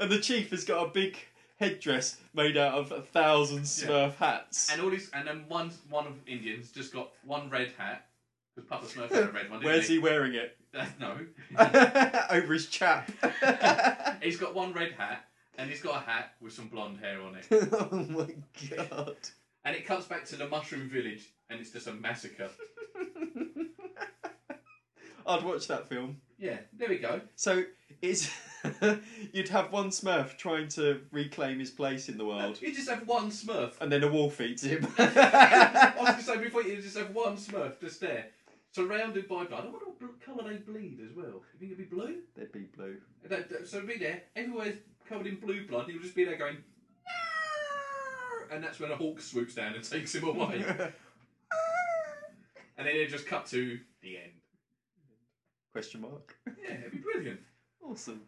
S2: and the chief has got a big headdress made out of a thousand Smurf hats.
S3: And all these, and then one one of Indians just got one red hat because Papa Smurf had a red one. Didn't Uh,
S2: Where's he wearing it?
S3: no,
S2: Over his chap.
S3: he's got one red hat, and he's got a hat with some blonde hair on it.
S2: oh my god.
S3: And it cuts back to the mushroom village, and it's just a massacre.
S2: I'd watch that film.
S3: Yeah, there we go.
S2: So it's you'd have one Smurf trying to reclaim his place in the world,
S3: You just have one Smurf.
S2: and then a wolf eats him.
S3: I was just saying before, you just have one Smurf just there, surrounded by blood. I wonder what bl- colour they bleed as well. You think it'd be blue?
S2: They'd be blue.
S3: And that- that- so it'd be there, everywhere's covered in blue blood, and he'll just be there going, "Arr!" and that's when a hawk swoops down and takes him away. and then it just cut to the end.
S2: Question mark.
S3: Yeah, it'd be brilliant.
S2: Awesome.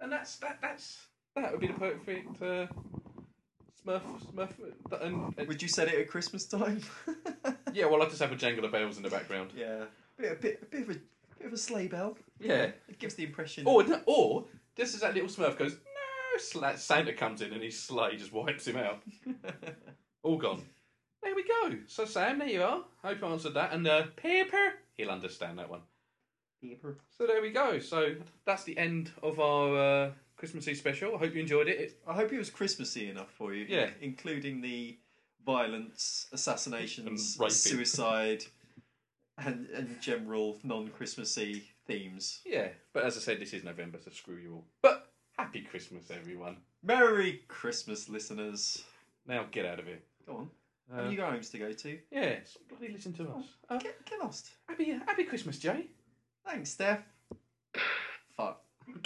S3: And that's that. That's that would be the perfect uh, Smurf Smurf. And, and
S2: Would you set it at Christmas time?
S3: yeah, well, I just have a jangle of bells in the background.
S2: yeah. Bit, a bit, a bit of a bit of a sleigh bell.
S3: Yeah.
S2: It gives the impression.
S3: Or or just as that little Smurf goes, no, Sla- Santa comes in and his sleigh just wipes him out. All gone. There we go. So Sam, there you are. Hope you answered that. And uh, Pepper, he'll understand that one.
S2: Paper.
S3: So there we go. So that's the end of our uh, Christmas Eve special. I hope you enjoyed it. it
S2: I hope it was Christmassy enough for you.
S3: Yeah.
S2: in- Including the violence, assassinations,
S3: And raping.
S2: suicide, and, and general non Christmassy themes.
S3: yeah. But as I said, this is November, so screw you all. But happy Christmas, everyone.
S2: Merry Christmas, listeners.
S3: Now get out of here.
S2: Go on.
S3: Uh,
S2: Have you got homes to go to?
S3: Yeah. so Bloody listen to us. Uh,
S2: Get, get lost.
S3: happy Happy Christmas, Jay.
S2: Thanks, Steph. Fuck.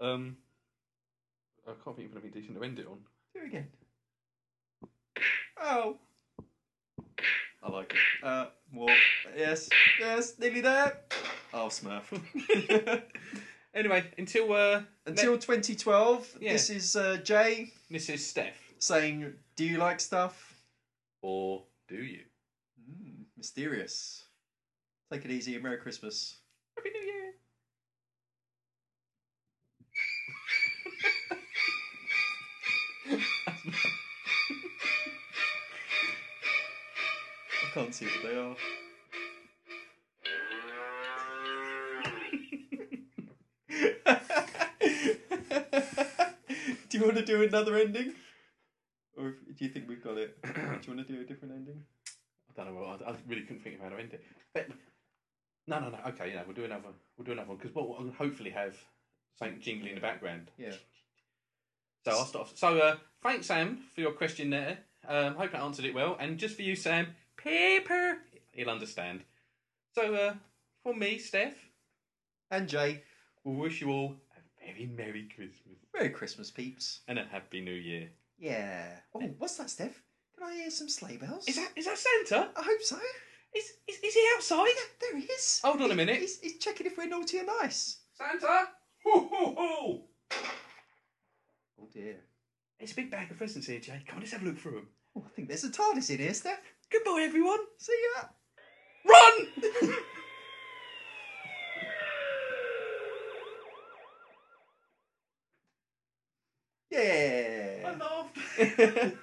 S3: um, I can't think of anything decent to end it on.
S2: Do it again. Oh. I like it. Uh, more. Yes, yes, nearly there. Oh, Smurf.
S3: Anyway, until uh,
S2: Until 2012,
S3: Yeah.
S2: this is uh, Jay
S3: this is Steph.
S2: saying, Do you like stuff?
S3: Or do you?
S2: Mm, mysterious. Take it easy and Merry Christmas.
S3: Happy New Year.
S2: I can't see what they are. do you want to do another ending? Or if- do you think we've got it? Do you want to do a different ending?
S3: I don't know. what- I, I really couldn't think of how to end it. But no, no, no. Okay, yeah, we'll do another. We'll do another one because what we'll hopefully have something jingly in the background.
S2: Yeah.
S3: So I'll start. Off. So uh, thanks, Sam, for your question there. Um, hope I answered it well. And just for you, Sam, paper. He'll understand. So uh, for me, Steph,
S2: And Jay,
S3: we wish you all a very merry Christmas
S2: Merry Christmas, peeps.
S3: and a happy New Year.
S2: Yeah. Oh, what's that, Steph? Can I hear some sleigh bells?
S3: Is that is that Santa?
S2: I hope so.
S3: Is is, is he outside?
S2: There he is.
S3: Hold on a minute.
S2: He's, he's checking if we're naughty or nice.
S3: Santa! Ho ho ho!
S2: Oh dear.
S3: It's a big bag of presents here, Jay. Come on, let's have a look through them.
S2: Oh, I think there's a TARDIS in here, Steph.
S3: Goodbye, everyone.
S2: See ya.
S3: Run!
S2: Yeah.
S3: laughed.